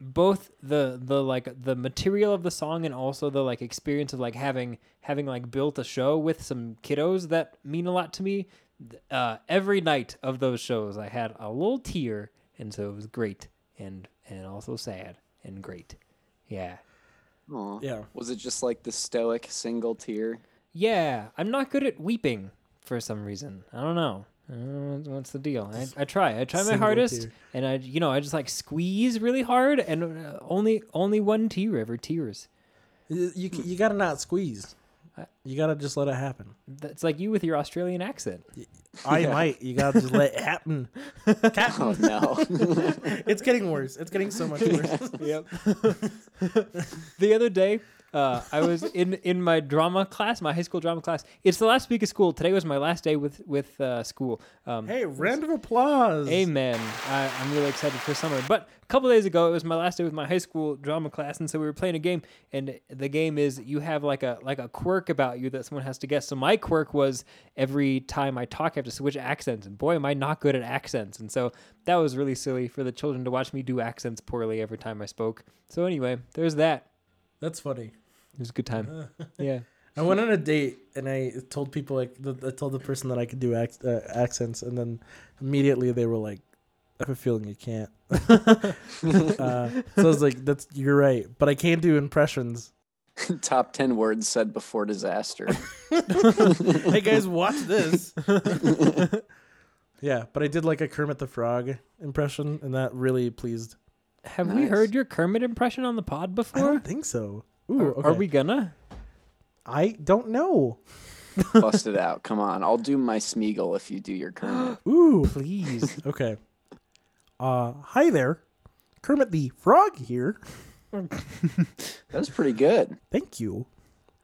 both the the like the material of the song and also the like experience of like having having like built a show with some kiddos that mean a lot to me Th- uh every night of those shows i had a little tear and so it was great and and also sad and great yeah Aw. Yeah. Was it just like the stoic single tear? yeah i'm not good at weeping for some reason i don't know I don't know what's- what's the deal i, I try i try my Single hardest tear. and i you know i just like squeeze really hard and uh, only only one tear ever tears You you, c- you gotta not squeeze. You gotta just let it happen. That's like you with your Australian accent. I might. You gotta just let it happen. Oh no. It's getting worse. It's getting so much worse. Yep. the other day, uh, I was in in my drama class, my high school drama class. It's the last week of school. Today was my last day with with uh, school. Um, hey, round of applause. Amen. I, I'm really excited for summer. But a couple days ago, it was my last day with my high school drama class, and so we were playing a game. And the game is you have like a like a quirk about you that someone has to guess. So my quirk was every time I talk, I have to switch accents, and boy, am I not good at accents. And so that was really silly for the children to watch me do accents poorly every time I spoke. So anyway, there's that. That's funny. It was a good time. Yeah. I went on a date and I told people like th- I told the person that I could do ac- uh, accents, and then immediately they were like, "I have a feeling you can't." uh, so I was like, "That's you're right," but I can do impressions. Top ten words said before disaster. hey guys, watch this. yeah, but I did like a Kermit the Frog impression, and that really pleased. Have we Nice. heard your Kermit impression on the pod I before? don't think so. Ooh, Are- okay. Are we gonna? I don't know. Bust it out. Come on. I'll do my Smeagol if you do your Kermit. Ooh. Please. Okay. Uh, hi there, Kermit the Frog here. That was pretty good. Thank you.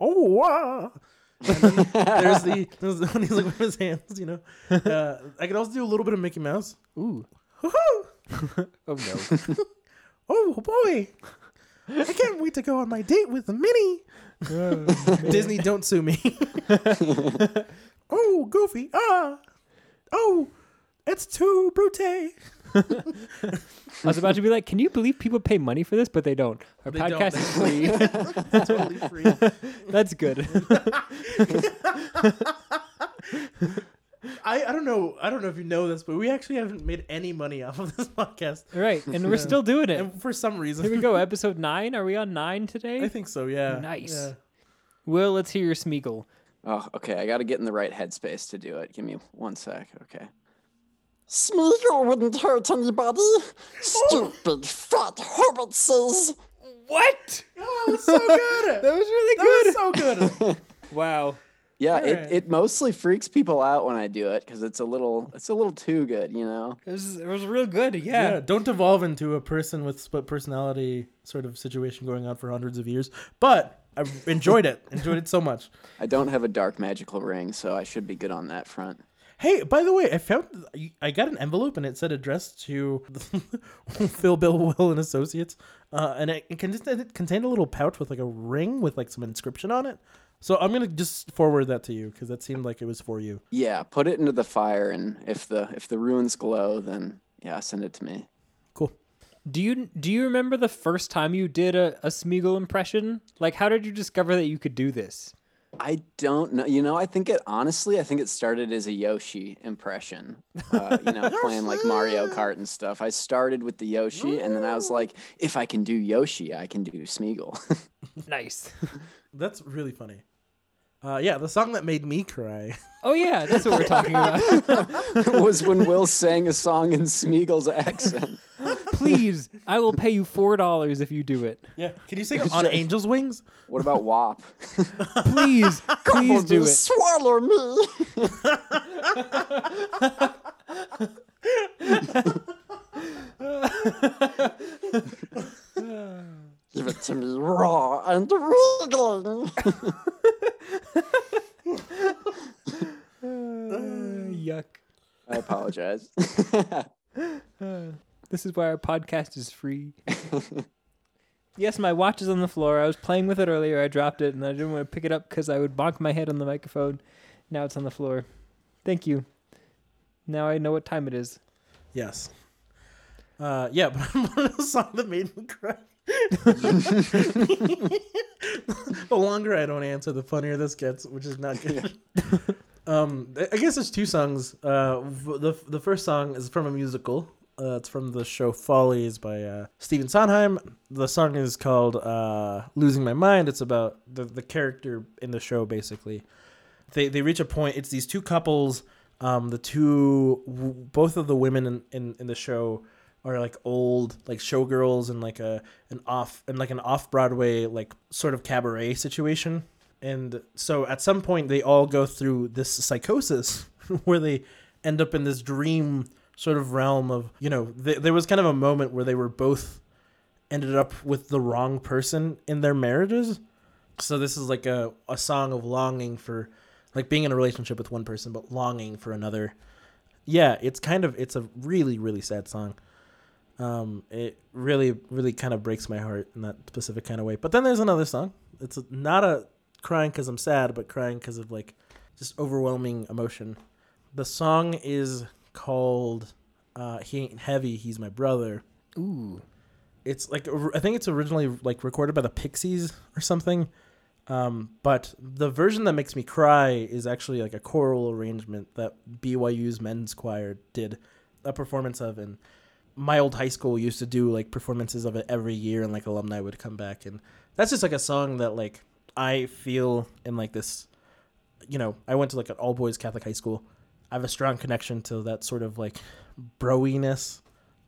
Oh, wow. there's the there's the when he's like with his hands, you know. Uh, I could also do a little bit of Mickey Mouse. Ooh. Woohoo! Oh no. Oh boy, I can't wait to go on my date with the Minnie. Uh, Disney, don't sue me. oh, Goofy, ah, oh, it's too brute. I was about to be like, can you believe people pay money for this, but they don't. Our They don't. podcast is free. totally free. That's good. I, I don't know. I don't know if you know this, but we actually haven't made any money off of this podcast, right, and we're still doing it. and for some reason, Here we go, episode nine. Are we on nine today? I think so. Yeah. Nice. Yeah. Will, let's hear your Smeagol. Oh, okay. I got to get in the right headspace to do it. Give me one sec. Okay. Smeagol wouldn't hurt anybody. Stupid fat hobbitses. What? Oh, that was so good. That was really That good. was so good. wow. Yeah, Alright. it, it mostly freaks people out when I do it because it's a little it's a little too good, you know. It was it was real good. yeah. Yeah. Don't devolve into a person with split personality sort of situation going on for hundreds of years. But I enjoyed it. enjoyed it so much. I don't have a dark magical ring, so I should be good on that front. Hey, by the way, I found I got an envelope and it said addressed to Phil Bill Will and Associates, uh, and it contained, it contained a little pouch with like a ring with like some inscription on it. So I'm gonna just forward that to you because that seemed like it was for you. Yeah, put it into the fire, and if the if the ruins glow, then yeah, send it to me. Cool. Do you do you remember the first time you did a, a Smeagol impression? Like how did you discover that you could do this? I don't know. You know, I think it honestly. I think it started as a Yoshi impression. Uh, you know, playing like Mario Kart and stuff. I started with the Yoshi, and then I was like, if I can do Yoshi, I can do Smeagol. Nice. That's really funny. Uh, yeah, the song that made me cry. Oh yeah, that's what we're talking about. was when Will sang a song in Smeagol's accent. Please, I will pay you four dollars if you do it. Yeah, can you sing on Angel's Wings? What about WAP? Please, please do it. Swallow me. Give it to me raw and wriggling. Uh, yuck. Uh, I apologize. This is why our podcast is free. yes, my watch is on the floor. I was playing with it earlier. I dropped it and I didn't want to pick it up because I would bonk my head on the microphone. Now it's on the floor. Thank you. Now I know what time it is. Yes. Uh, yeah, but what a song that made me cry. the longer I don't answer, the funnier this gets, which is not good. um, I guess there's two songs. Uh, v- the the first song is from a musical. Uh, it's from the show Follies by uh, Stephen Sondheim. The song is called uh, "Losing My Mind." It's about the the character in the show basically they they reach a point. It's these two couples. Um, the two, w- both of the women in, in, in the show are like old, like showgirls and like a an off and like an off Broadway like sort of cabaret situation. And so at some point they all go through this psychosis where they end up in this dream sort of realm of you know th- there was kind of a moment where they were both ended up with the wrong person in their marriages. So this is like a, a song of longing for like being in a relationship with one person but longing for another. Yeah, it's kind of it's a really really sad song. Um it really really kind of breaks my heart in that specific kind of way. But then there's another song. It's not a crying cuz I'm sad, but crying cuz of like just overwhelming emotion. The song is called uh He Ain't Heavy, He's My Brother Ooh. it's like or- I think it's originally like recorded by the Pixies or something. Um, but the version that makes me cry is actually like a choral arrangement that BYU's men's choir did a performance of, and my old high school used to do like performances of it every year, and like alumni would come back, and that's just like a song that like I feel in like this, you know, I went to like an all boys Catholic high school. I have a strong connection to that sort of like broiness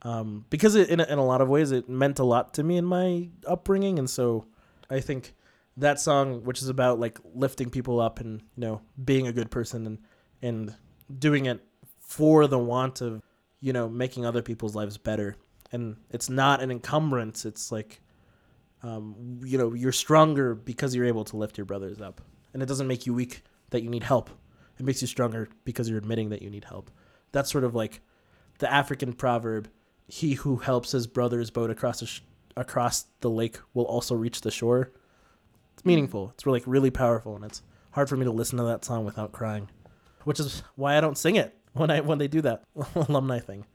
um, because it, in, a, in a lot of ways it meant a lot to me in my upbringing and so i think that song which is about like lifting people up and you know being a good person and and doing it for the want of you know making other people's lives better and it's not an encumbrance it's like um, you know you're stronger because you're able to lift your brothers up and it doesn't make you weak that you need help it makes you stronger because you're admitting that you need help that's sort of like the African proverb, "He who helps his brother's boat across the sh- across the lake will also reach the shore." It's meaningful. It's really, like really powerful, and it's hard for me to listen to that song without crying, which is why I don't sing it when I when they do that alumni thing.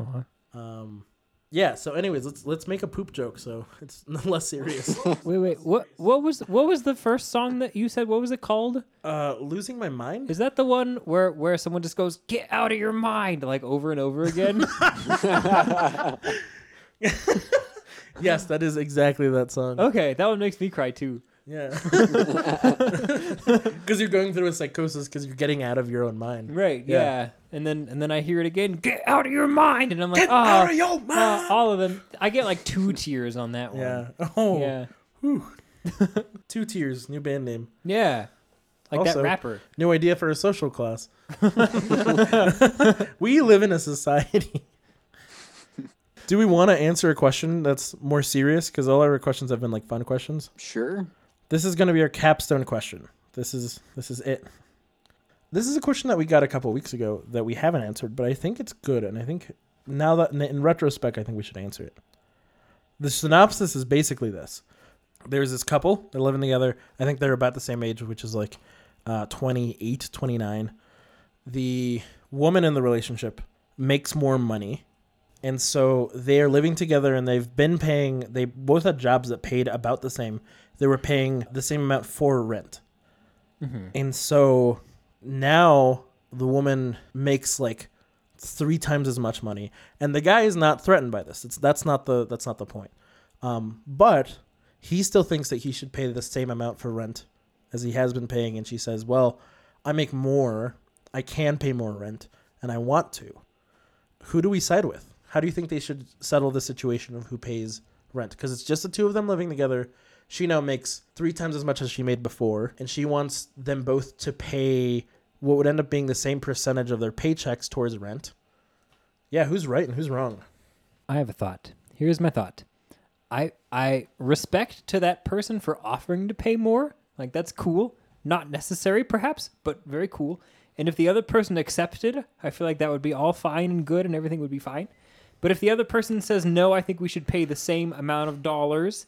Uh-huh. Um, yeah. So, anyways, let's let's make a poop joke so it's less serious. Wait, wait. What what was what was the first song that you said? What was it called? uh, losing my mind. Is that the one where where someone just goes "Get out of your mind" like over and over again? Yes, that is exactly that song. okay, that one makes me cry too. Yeah. Because you're going through a psychosis because you're getting out of your own mind. Right. Yeah. Yeah. And then and then I hear it again. Get out of your mind. And I'm like, Out oh, of your mind. all of them. I get like two tears on that one. Yeah. Oh. Yeah. Two Tears, new band name. Yeah. Like that Also- rapper. New idea for a social class. we live in a society. Do we want to answer a question that's more serious? Because all our questions have been like fun questions. Sure. This is going to be our capstone question. This is this is it. This is a question that we got a couple weeks ago that we haven't answered, but I think it's good, and I think now that in- in retrospect, I think we should answer it. The synopsis is basically this: there's this couple, they're living together. I think they're about the same age, which is like uh, 28, 29. The woman in the relationship makes more money, and so they are living together, and they've been paying. They both had jobs that paid about the same. They were paying the same amount for rent, and so now the woman makes like three times as much money, and the guy is not threatened by this. It's that's not the that's not the point. Um, but he still thinks that he should pay the same amount for rent as he has been paying, and she says, "Well, I make more. I can pay more rent, and I want to." Who do we side with? How do you think they should settle the situation of who pays rent? Because it's just the two of them living together. She now makes three times as much as she made before, and she wants them both to pay what would end up being the same percentage of their paychecks towards rent. Yeah, who's right and who's wrong? I have a thought. Here's my thought. I I respect to that person for offering to pay more. Like that's cool. Not necessary perhaps, but very cool. And if the other person accepted, I feel like that would be all fine and good and everything would be fine. But if the other person says no, I think we should pay the same amount of dollars,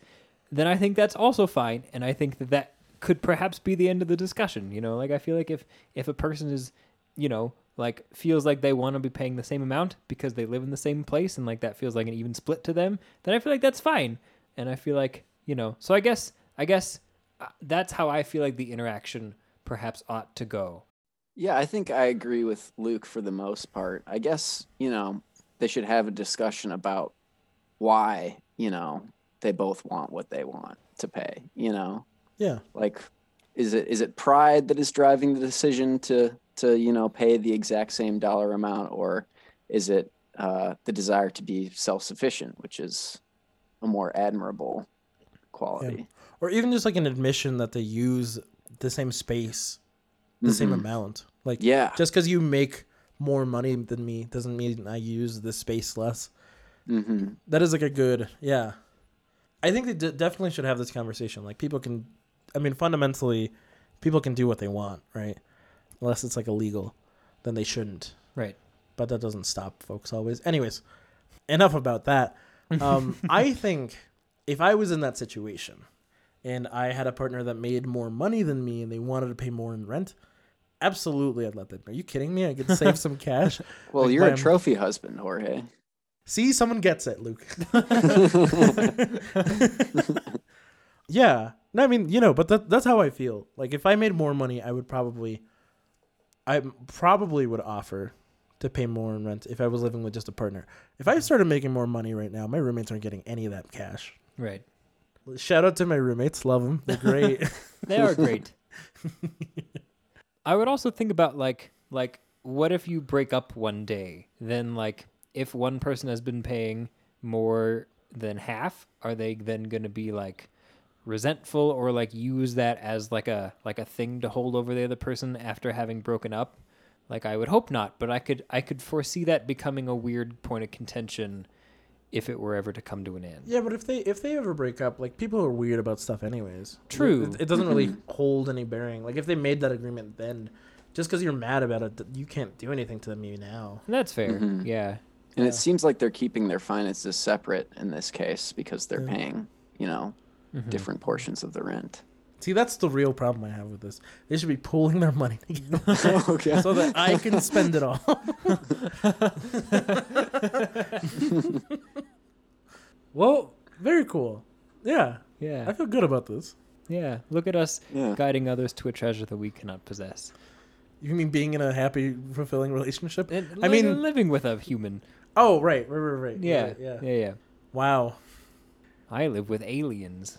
then I think that's also fine. And I think that that could perhaps be the end of the discussion. You know, like I feel like if if a person is, you know, like feels like they want to be paying the same amount because they live in the same place and like that feels like an even split to them, then I feel like that's fine. And I feel like you know, so I guess I guess uh, that's how I feel like the interaction perhaps ought to go. Yeah, I think I agree with Luke for the most part. I guess, you know, they should have a discussion about why, you know, they both want what they want to pay, you know? Yeah. Like is it is it pride that is driving the decision to to, you know, pay the exact same dollar amount or is it uh the desire to be self-sufficient, which is a more admirable quality. Or even just like an admission that they use the same space, the same Mhm. amount. Like Yeah. just because you make more money than me doesn't mean I use the space less. hmm That is like a good, yeah. I think they d- definitely should have this conversation. Like people can, I mean, fundamentally, people can do what they want, right? Unless it's like illegal, then they shouldn't. Right. But that doesn't stop folks always. Anyways, enough about that. Um, I think if I was in that situation and I had a partner that made more money than me and they wanted to pay more in rent, absolutely I'd let them. Are you kidding me? I could save some cash. Well, Like you're by a- a trophy husband, Jorge. See, someone gets it, Luke. yeah. No, I mean, you know, but that, that's how I feel. Like, if I made more money, I would probably, I probably would offer to pay more in rent if I was living with just a partner. If I started making more money right now, my roommates aren't getting any of that cash. Right. Shout out to my roommates. Love them. They're great. They are great. I would also think about like like what if you break up one day? Then like if one person has been paying more than half, are they then going to be like resentful or like use that as like a like a thing to hold over the other person after having broken up? Like I would hope not, but I could I could foresee that becoming a weird point of contention if it were ever to come to an end. yeah, but if they if they ever break up, like people are weird about stuff anyways. True. It, it doesn't really hold any bearing. Like if they made that agreement then just because you're mad about it, th- you can't do anything to them now. And that's fair. Yeah. And it seems like they're keeping their finances separate in this case because they're paying, you know, different portions of the rent. See, that's the real problem I have with this. They should be pooling their money together okay. so that I can spend it all. well, very cool. Yeah, Yeah. I feel good about this. Yeah, look at us Yeah. guiding others to a treasure that we cannot possess. You mean being in a happy, fulfilling relationship? And I li- mean, living with a human. oh right, right, right, right. Yeah, right, yeah, yeah. yeah, Wow. I live with aliens.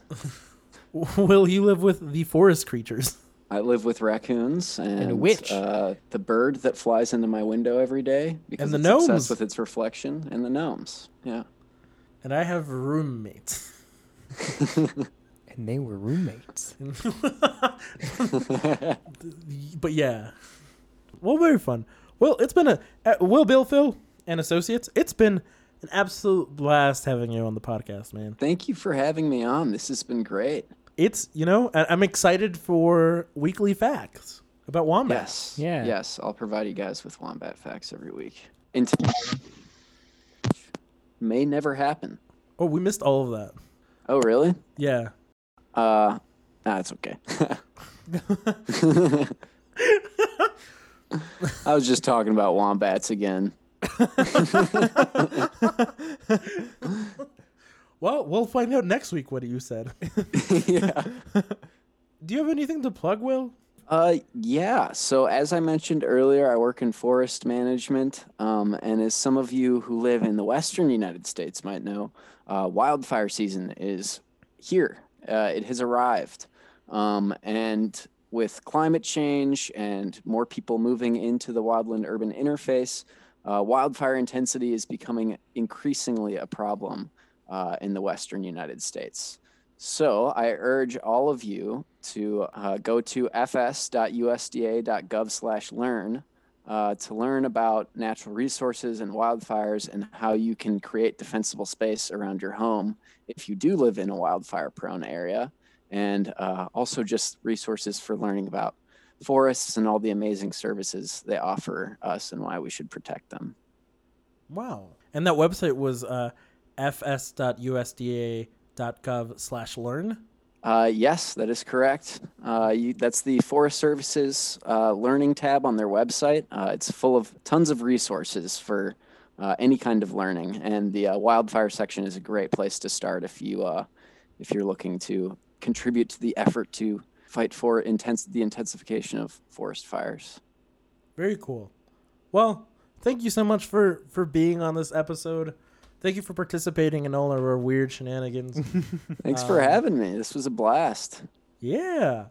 Will you live with the forest creatures? I live with raccoons and, a witch. Uh, the bird that flies into my window every day because the it's gnomes. obsessed with its reflection and the gnomes. Yeah. And I have roommates. And they were roommates. but yeah. Well, very fun. Well, it's been a uh, Will Bill Phil and Associates. It's been an absolute blast having you on the podcast, man. Thank you for having me on. This has been great. It's you know I- I'm excited for weekly facts about wombats. Yes. Yeah. Yes. I'll provide you guys with wombat facts every week. Until may never happen. Oh, we missed all of that. Oh, really? Yeah. Uh, nah, it's okay. I was just talking about wombats again. Well, we'll find out next week what you said. yeah. Do you have anything to plug, Will? Uh, yeah. So as I mentioned earlier, I work in forest management, um, and as some of you who live in the western United States might know, uh, wildfire season is here. Uh, it has arrived, um, and with climate change and more people moving into the wildland-urban interface, uh, wildfire intensity is becoming increasingly a problem uh, in the western United States. So I urge all of you to uh, go to fs.usda.gov/learn uh, to learn about natural resources and wildfires and how you can create defensible space around your home if you do live in a wildfire-prone area, and uh, also just resources for learning about forests and all the amazing services they offer us and why we should protect them. Wow. And that website was uh, fs.usda.gov slash learn. Uh, yes, that is correct. Uh, you, that's the Forest Service's uh, learning tab on their website. Uh, it's full of tons of resources for uh, any kind of learning, and the uh, wildfire section is a great place to start if you uh, if you're looking to contribute to the effort to fight for intense the intensification of forest fires. Very cool. Well, thank you so much for for being on this episode. Thank you for participating in all of our weird shenanigans. Thanks for having me. This was a blast. yeah.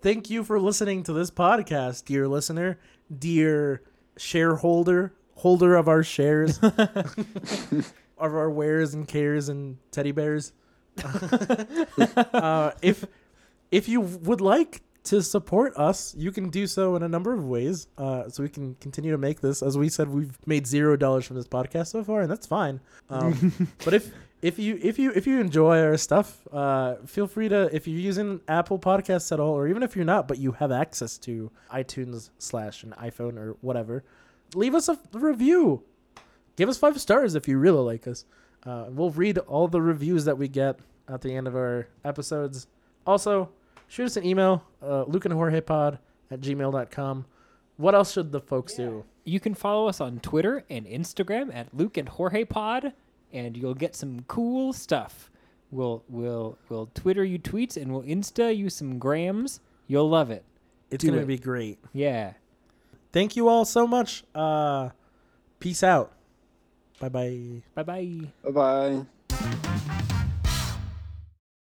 Thank you for listening to this podcast, dear listener, dear shareholder, holder of our shares, of our wares and cares and teddy bears. uh, if if you would like to support us, you can do so in a number of ways. Uh, so we can continue to make this. As we said, we've made zero dollars from this podcast so far, and that's fine. Um, but if if you if you if you enjoy our stuff, uh, feel free to if you're using Apple Podcasts at all, or even if you're not, but you have access to iTunes slash an iPhone or whatever, leave us a review. Give us five stars if you really like us. Uh, we'll read all the reviews that we get at the end of our episodes. Also, shoot us an email, uh, Luke and Jorge Pod at gmail.com. What else should the folks do? You can follow us on Twitter and Instagram at Luke and Jorge Pod, and you'll get some cool stuff. We'll we'll we'll Twitter you tweets and we'll Insta you some grams. You'll love it. It's Do going to it. be great. Yeah. Thank you all so much. Uh, peace out. Bye bye. Bye bye. Bye bye.